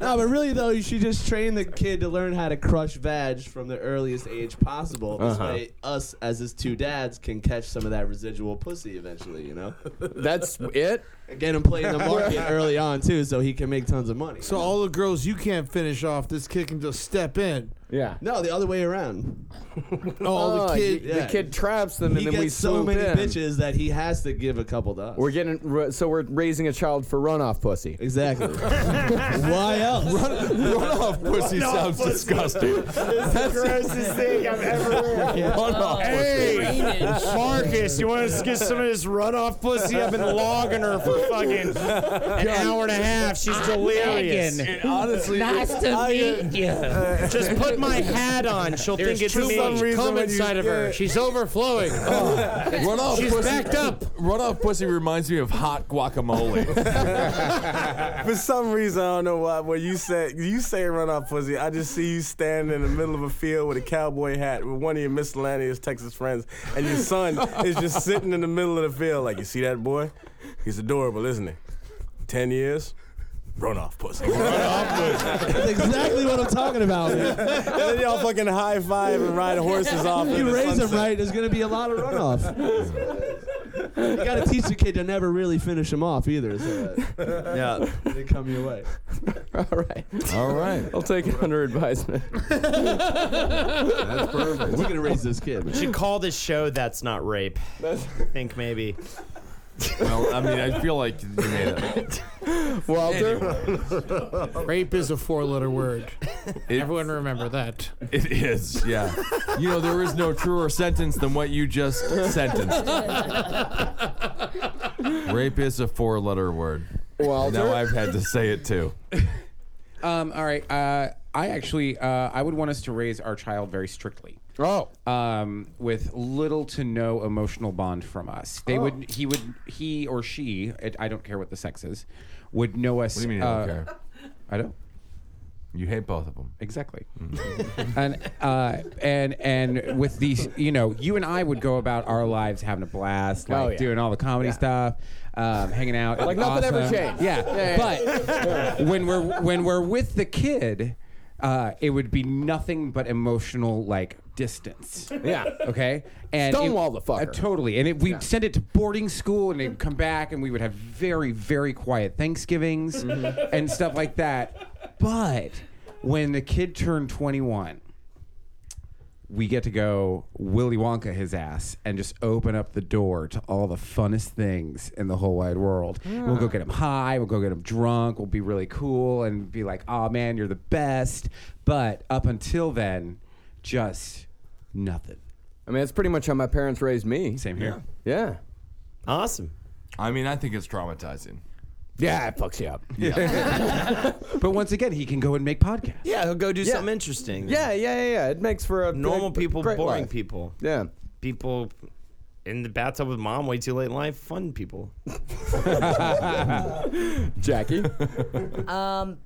but really though, you should just train the kid to learn how to crush vag from the earliest age possible. This
Uh-huh.
way, us as his two dads can catch some of that residual pussy eventually. You know,
That's it?
and get him playing the market early on too, so he can make tons of money.
So all the girls you can't finish off, this kid can just step in.
Yeah.
no, the other way around. Oh,
Oh,
the kid,
the- the kid traps them, and
He
then
gets
we
so
swoop
many
in.
bitches that he has to give a couple to us.
We're getting ra- so we're raising a child for runoff pussy.
Exactly. Why else?
runoff pussy sounds disgusting.
That's the grossest thing I've ever heard.
Runoff
Hey,
pussy.
Marcus,
you want us to get some of this runoff pussy? I've been logging her for fucking an hour and a half. She's delirious.
Megan. And honestly, Nice to I, uh, meet you. uh,
Just put my hat on. She'll
There's
think it's
too
me.
much cum
Come inside of her. She's overflowing.
Runoff
She's
pussy.
backed up.
Runoff pussy reminds me of hot guacamole.
For some reason, I don't know why. When you say you say run off pussy, I just see you standing in the middle of a field with a cowboy hat with one of your miscellaneous Texas friends, and your son is just sitting in the middle of the field. Like you see that boy? He's adorable, isn't he? Ten years, run off pussy.
That's exactly what I'm talking about. man.
and then y'all fucking high five and ride horses off. in
You
the
raise him
sunset.
right, there's gonna be a lot of runoff. you gotta teach the kid to never really finish him off either. So that
Yeah.
they come your way.
All right.
All right.
I'll take it under advisement.
That's perfect. We're gonna raise this kid.
We should call this show "That's Not Rape." I think maybe.
well, I mean, I feel like you made it.
Rape is a four-letter word. Everyone remember that.
It is, yeah. You know, there is no truer sentence than what you just sentenced. Rape is a four letter word.
Well,
now I've had to say it too.
Um, all right. Uh, I actually, uh, I would want us to raise our child very strictly.
Oh.
Um, with little to no emotional bond from us. They
Oh.
would, he would, he or she, it, I don't care what the sex is, would know us.
What do you mean you don't
uh,
care?
I don't.
You hate both of them.
Exactly. and uh, and and with these, you know, you and I would go about our lives having a blast, like
Oh, yeah.
doing all the comedy stuff, um, hanging out,
Like
It was
nothing ever
awesome.
changed.
Yeah,
Yeah, yeah, yeah.
but when we're when we're with the kid. Uh, it would be nothing but emotional, like distance.
Yeah.
Okay.
Stonewall
the fucker. totally. And it, we'd send it to boarding school, and they'd come back, and we would have very, very quiet Thanksgivings
Mhm.
and stuff like that. But when the kid turned 21, we get to go Willy Wonka his ass and just open up the door to all the funnest things in the whole wide world. We'll go get him high, we'll go get him drunk, we'll be really cool and be like, oh man, you're the best. But up until then, just nothing.
I mean, that's pretty much how my parents raised me.
Same here.
Yeah.
Awesome.
I mean, I think it's traumatizing.
Yeah, it fucks you up.
but once again, he can go and make podcasts.
Yeah, he'll go do
Yeah.
something interesting.
Yeah, yeah, yeah, yeah. It makes for a
Normal
great-
people,
great
boring
life.
people.
Yeah.
People in the bathtub with mom way too late in life, fun people.
Jackie.
Um,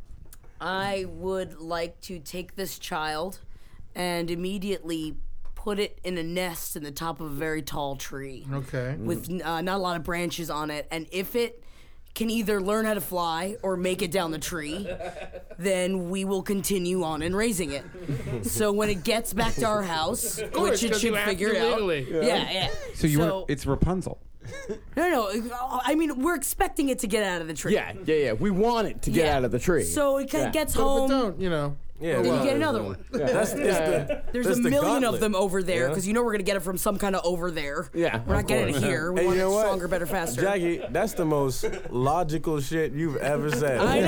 I would like to take this child and immediately put it in a nest in the top of a very tall tree
Okay.
with uh, not a lot of branches on it. And if it can either learn how to fly or make it down the tree, then we will continue on in raising it. So when it gets back to our house,
Of course,
which it
'cause you
should
have
figure
to
out,
legally.
yeah, yeah.
So you were, it's Rapunzel.
No, no, no. I mean, we're expecting it to get out of the tree.
Yeah, yeah, yeah. We want it to get
Yeah.
out of the tree.
So it ca- gets
But if it
home.
don't,
you know.
Yeah,
then
well,
you get another one.
yeah. That's- that's the-
There's
that's
a
the
million
gauntlet.
of them over there
Yeah.
because you know we're gonna get it from some kind of over there.
Yeah,
we're
of
not getting it
course.
here. We
And
want
you know
it
what?
stronger, better, faster.
Jackie, that's the most logical shit you've ever said.
I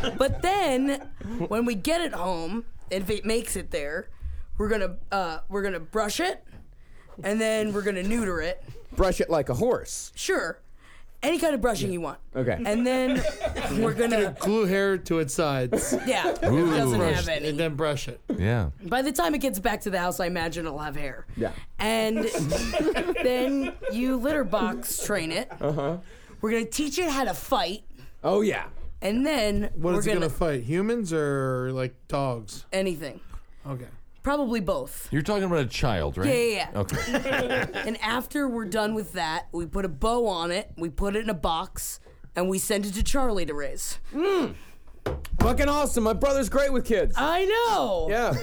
know. but then when we get it home, if it makes it there, we're gonna uh, we're gonna brush it, and then we're gonna neuter it.
Brush it like a horse.
Sure, any kind of brushing you want.
Okay.
And then we're gonna
glue hair to its sides.
Yeah, it Ooh. doesn't
Brush
have
it,
any.
And then brush it.
Yeah.
by the time it gets back to the house, I imagine it'll have hair.
Yeah.
and then you litter box train it. Uh huh. We're gonna teach it how to fight,
Oh yeah.
and then
What
we're
is it gonna fight? Humans or like dogs?
anything.
Okay.
Probably both.
You're talking about a child, right?
Yeah, yeah, yeah.
Okay.
and after we're done with that, we put a bow on it, we put it in a box, and we send it to Charlie to raise.
Fucking awesome. My brother's great with kids.
I know.
Yeah.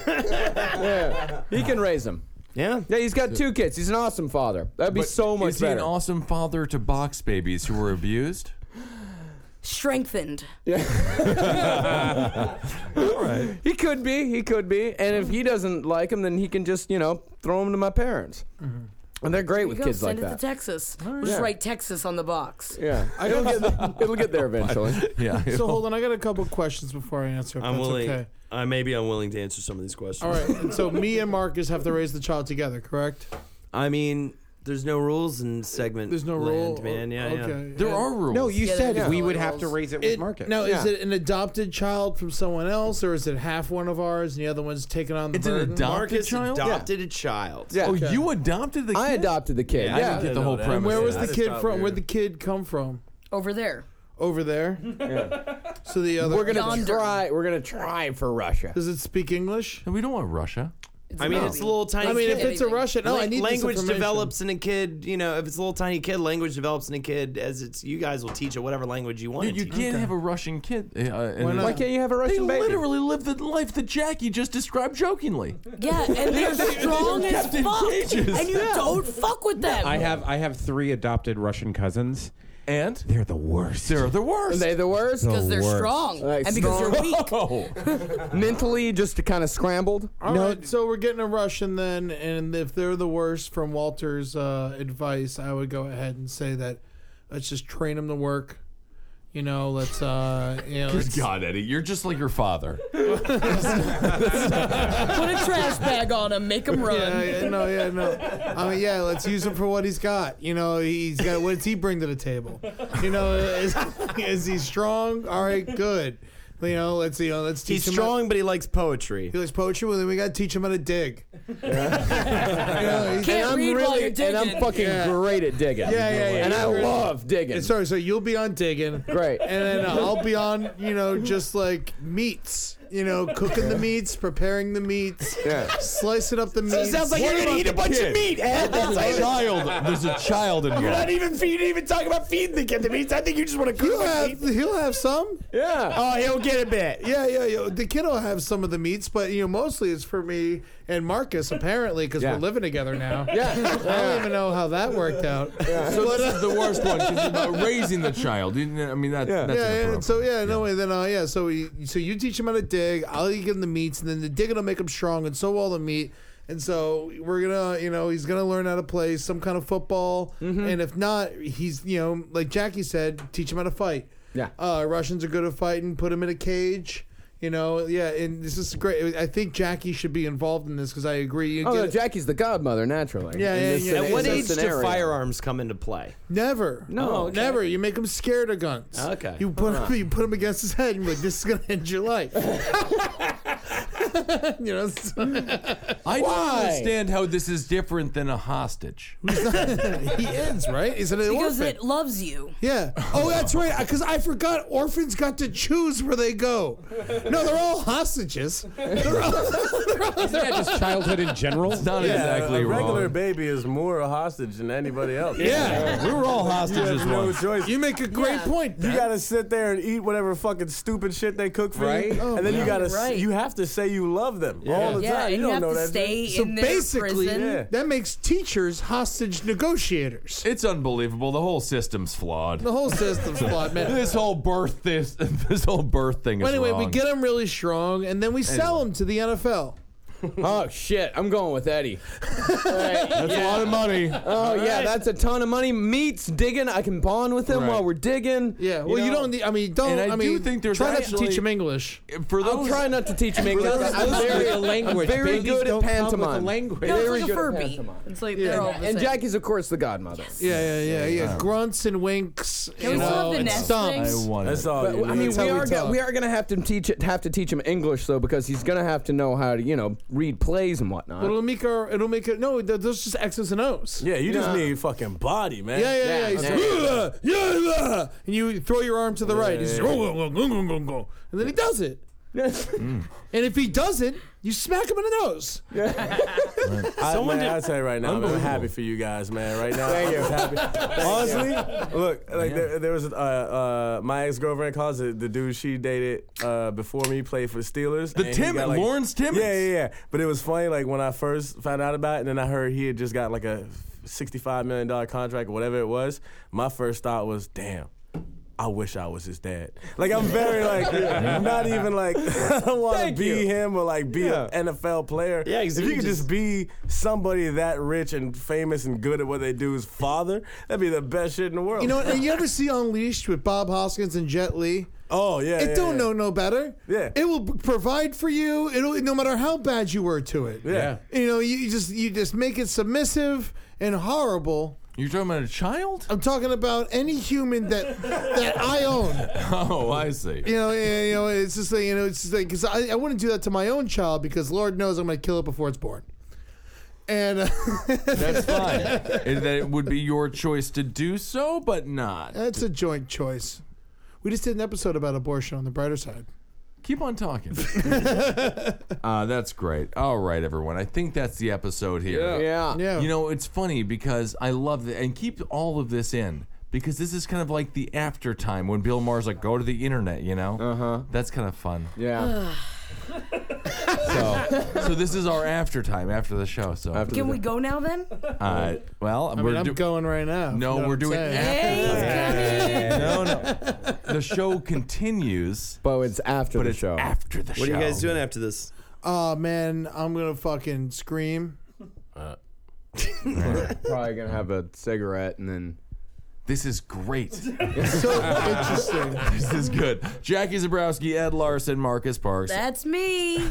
yeah. He can raise them.
Yeah.
Yeah, he's got two kids. He's an awesome father. That'd be so much
is he
better.
an awesome father to box babies who were abused?
strengthened.
He could be. He could be. And if he doesn't like him, then he can just, you know, throw him to my parents. And they're great
Here
with
you go,
kids
send
like
it
that.
to Texas. We'll
Yeah.
Just write Texas on the box.
yeah. I don't get the, it'll get there eventually.
yeah.
So hold on, I got a couple questions before I answer. If
I'm
that's
willing.
okay.
I maybe I'm willing to answer some of these questions.
All right. And so me and Marcus have to raise the child together, correct?
I mean, there's no rules in segment.
There's no
land,
rule.
man. Yeah,
Okay,
yeah.
There yeah. are rules. No, you Yeah, said there's we
would have to raise it with Marcus.
Now, is it an adopted child from someone else, or is it half one of ours and the other one's taking on the
It's an
burden?
adopted Marcus child?
adopted a child.
Yeah.
Oh,
Okay.
you adopted the kid?
I adopted the kid.
Yeah, I didn't get the whole
And
premise.
where
of
was
that.
the kid from? Where'd the kid come from?
Over there.
Over there. So the other.
We're gonna
Yonder.
try. We're gonna try for Russia.
Does it speak English?
we don't want Russia.
I mean, it's a little tiny.
I mean, if
kid.
it's a Russian, oh, I need this
language
information.
develops in a kid. You know, if it's a little tiny kid, language develops in a kid as it's. You guys will teach it whatever language you want.
Dude, you can't have a Russian kid. Uh, and
Why not? Why can't
you have a
Russian
baby?
They literally live the life that Jackie just described jokingly.
Yeah, and they're strong as
kept in
fuck.
cages.
And you
Yeah.
don't fuck with them.
I have I have three adopted Russian cousins,
and
they're the worst.
They're the worst.
Are they the worst?
The worst.
Like, weak. Mentally, just kind of scrambled.
All right, so we're getting a Russian then, and if they're the worst, from Walter's uh, advice, I would go ahead and say that let's just train them to work. You know, let's uh, you know,
Good
let's-
God, Eddie, you're just like your father.
Put a trash bag on him. Make him run.
Yeah, yeah, no, yeah, no. I mean, yeah, let's use him for what he's got. You know, he's got what does he bring to the table? You know, is, is he strong? All right, good. You know, let's you know, let's teach
He's
him.
strong, but he likes poetry.
he likes poetry. Well, then we gotta teach him how to dig. Yeah, he's-
and I'm really, and I'm fucking
Yeah.
great at digging.
Yeah, yeah, yeah.
And I
You're-
love digging.
And sorry, so you'll be on digging.
Great.
And then uh, I'll be on, you know, just like meats. You know, cooking the meats, preparing the meats,
Yeah.
slicing up the meats.
it sounds like you're gonna eat a bunch of meat, Ed. That's
There's a
all it
child.
There's a child
You're not
even
feeding, even talking about feeding the kid the meats. I think you just want to cook
He'll have, he'll have some.
Yeah.
Oh, he'll get a bit. Yeah, yeah, yeah. The kid will have some of the meats, but you know, mostly it's for me and Marcus apparently because
Yeah.
we're living together now.
Yeah.
I don't even know how that worked out.
So this is the worst one. 'cause it's about raising the child. You know, I mean, that,
Yeah,
that's
yeah, and
inappropriate.
so yeah, no way. Then uh, yeah, so we, so you teach him how to dig. I'll give him the meats, and then the digging will make him strong, and so will the meat. And so we're gonna, you know, he's gonna learn how to play some kind of football,
Mm-hmm.
and if not, he's, you know, like Jackie said, teach him how to fight.
Yeah.
uh, Russians are good at fighting. Put him in a cage. You know, yeah, and this is great. I think Jackie should be involved in this because I agree. You
Oh,
get
no,
it-
Jackie's the godmother, naturally.
Yeah,
in
yeah,
this
yeah.
scena-
At
in
what
this
age do
scenario.
firearms come into play.
Never.
No,
Oh,
okay.
never. You make him scared of guns.
Okay.
You put
Huh.
him, you put him against his head, and you're like, "This is gonna end your life." you know.
I
Why?
don't understand how this is different than a hostage.
he is right. Is it an
because
orphan?
it loves you.
yeah. Oh, that's right. Because I forgot orphans got to choose where they go. No, they're all hostages. They're all, they're all, they're all-
just childhood in general. It's
not
Yeah,
exactly
a regular
wrong.
baby is more a hostage than anybody else.
Yeah.
We were all hostages
You have no
once.
choice.
You make a great point.
You gotta sit there and eat whatever fucking stupid shit they cook for
Right?
you,
Oh,
and then
yeah.
you gotta s-
Right.
you have to say you love them all the
Yeah,
time.
and
You,
you
don't
have
know
to
that.
stay
shit.
so
in their
basically,
prison.
Yeah.
that makes teachers hostage negotiators.
It's unbelievable. The whole system's flawed.
The whole system's flawed, man.
This whole birth this this whole birth thing is
Well, anyway,
wrong.
we get him really strong, and then we sell him to the NFL.
Oh shit! I'm going with Eddie.
That's a lot of money.
Uh,
Oh yeah, that's a ton of money. Meats digging. I can bond with him
Right.
while we're digging.
Yeah, well, you,
know,
don't. Need, I mean,
And
don't.
I
I,
do
mean,
think there's
try not to
actually-
teach him English.
For those
I'm trying not to teach him English.
those-
I'm
those
very,
with the language.
I'm very
Babies
good at
don't come with the
pantomime.
language.
No,
Very
it's like a
good at
Furby.
pantomime.
It's like they're all the
And
same.
Jackie's, of course, the godmother.
Yeah, yeah, yeah, yeah. Grunts and winks.
Can
you
we still have
know,
the
and
nest
stomps.
thing?
That's all.
But,
you
I
need.
mean, we
how we
are, gonna,
talk.
we are gonna have to teach it, have to teach him English though, because he's gonna have to know how to, you know, read plays and whatnot.
But it'll make our. It'll make it. No, th- those just X's and O's.
yeah, you just
Yeah.
need fucking body, man.
Yeah, yeah, yeah.
Yeah,
He's like, "Yeah, yeah," and you throw your arm to the right. He's like, "Oh, oh, oh, oh, oh, oh, oh," and then he does it. And if he doesn't, you smack him in the nose.
I,
Someone
man,
did-
I'll tell you right now, man, I'm happy for you guys, man. Right now,
Thank
I'm
you.
just happy. Honestly, look, like there, there was uh, uh, my ex girlfriend calls it the dude she dated uh, before me played for the Steelers.
The
and he got,
Timmons, Lawrence Timmons.
Yeah, yeah, yeah. But it was funny, like when I first found out about it, and then I heard he had just got like a sixty-five million dollar contract, or whatever it was. My first thought was, damn. I wish I was his dad. Like I'm very like not even like I don't want to be him or like be an NFL player. Yeah,
exactly.
If you could just be somebody that rich and famous and good at what they do as father, that'd be the best shit in the world.
You know, what? and you ever see Unleashed with Bob Hoskins and Jet Li?
Oh yeah,
it
yeah,
don't
yeah.
know no better.
Yeah,
it will p- provide for you. It'll no matter how bad you were to it.
Yeah.
you know, you just you just make it submissive and horrible.
You're talking about a child?
I'm talking about any human that that I own.
Oh, I see.
You know, yeah, you know, it's just like you know, it's just like because I, I wouldn't do that to my own child because Lord knows I'm gonna kill it before it's born. And uh,
That's fine. And that it would be your choice to do so, but not.
that's a joint choice. We just did an episode about abortion on the brighter side.
Keep on talking. Uh, that's great. All right, everyone. I think that's the episode here.
Yeah. Yeah. Yeah.
You know, it's funny because I love that, and keep all of this in because this is kind of like the after time when Bill Maher's like, "Go to the internet," you know. Uh
Uh-huh.
huh. That's kind of fun.
Ugh.
so, so this is our after time after the show. So after
Can we go now then?
Uh, well,
I mean,
we're
I'm
do-
going right now. if
No,
you
we're
know what I'm
doing
saying.
no, no. The show continues,
but it's after
the show. After the
What are
show.
you guys doing after this?
Oh man, I'm gonna fucking scream.
Probably gonna have a cigarette and then.
This is great.
so interesting.
This is good. Jackie Zabrowski, Ed Larson, Marcus Parks.
That's me.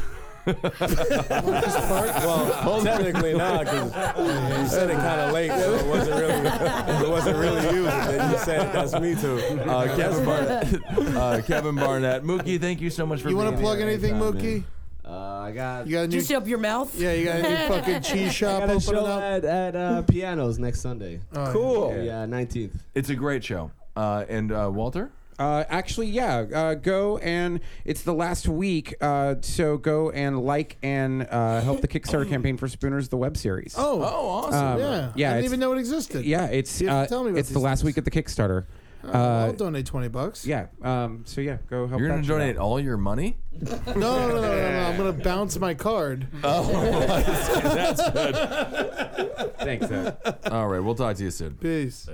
Well, technically not because you said it kind of late, so it wasn't really it wasn't really you. but then You said that's me too.
Uh, Kevin, Barnett, uh, Kevin Barnett. Mookie, thank you so much for
You
want
wanna
to
plug anything, Mookie?
Uh, I got.
You got a new
Juice up your mouth.
yeah, you got a new fucking cheese shop
got a
opening
show
up.
at, at uh, Pianos next Sunday.
Oh,
Cool.
Yeah, nineteenth.
It's a great show. Uh, and uh, Walter?
Uh, actually, yeah. Uh, go and it's the last week, uh, so go and like and uh, help the Kickstarter campaign for Spooners, the web series.
Oh,
oh,
awesome.
uh,
Um,
yeah,
yeah,
I
it's-
didn't even know it existed.
Yeah, it's
You have
uh,
to tell me about
it's the
these
last
things.
week at the Kickstarter.
Oh,
Uh,
I'll donate twenty bucks.
yeah. Um, so yeah, go help.
You're
that
going to
shit out.
donate all your money?
No, no, no, no, no, no, I'm gonna bounce my card.
Oh, that's good.
Thanks, Ed.
All right, we'll talk to you soon.
Peace.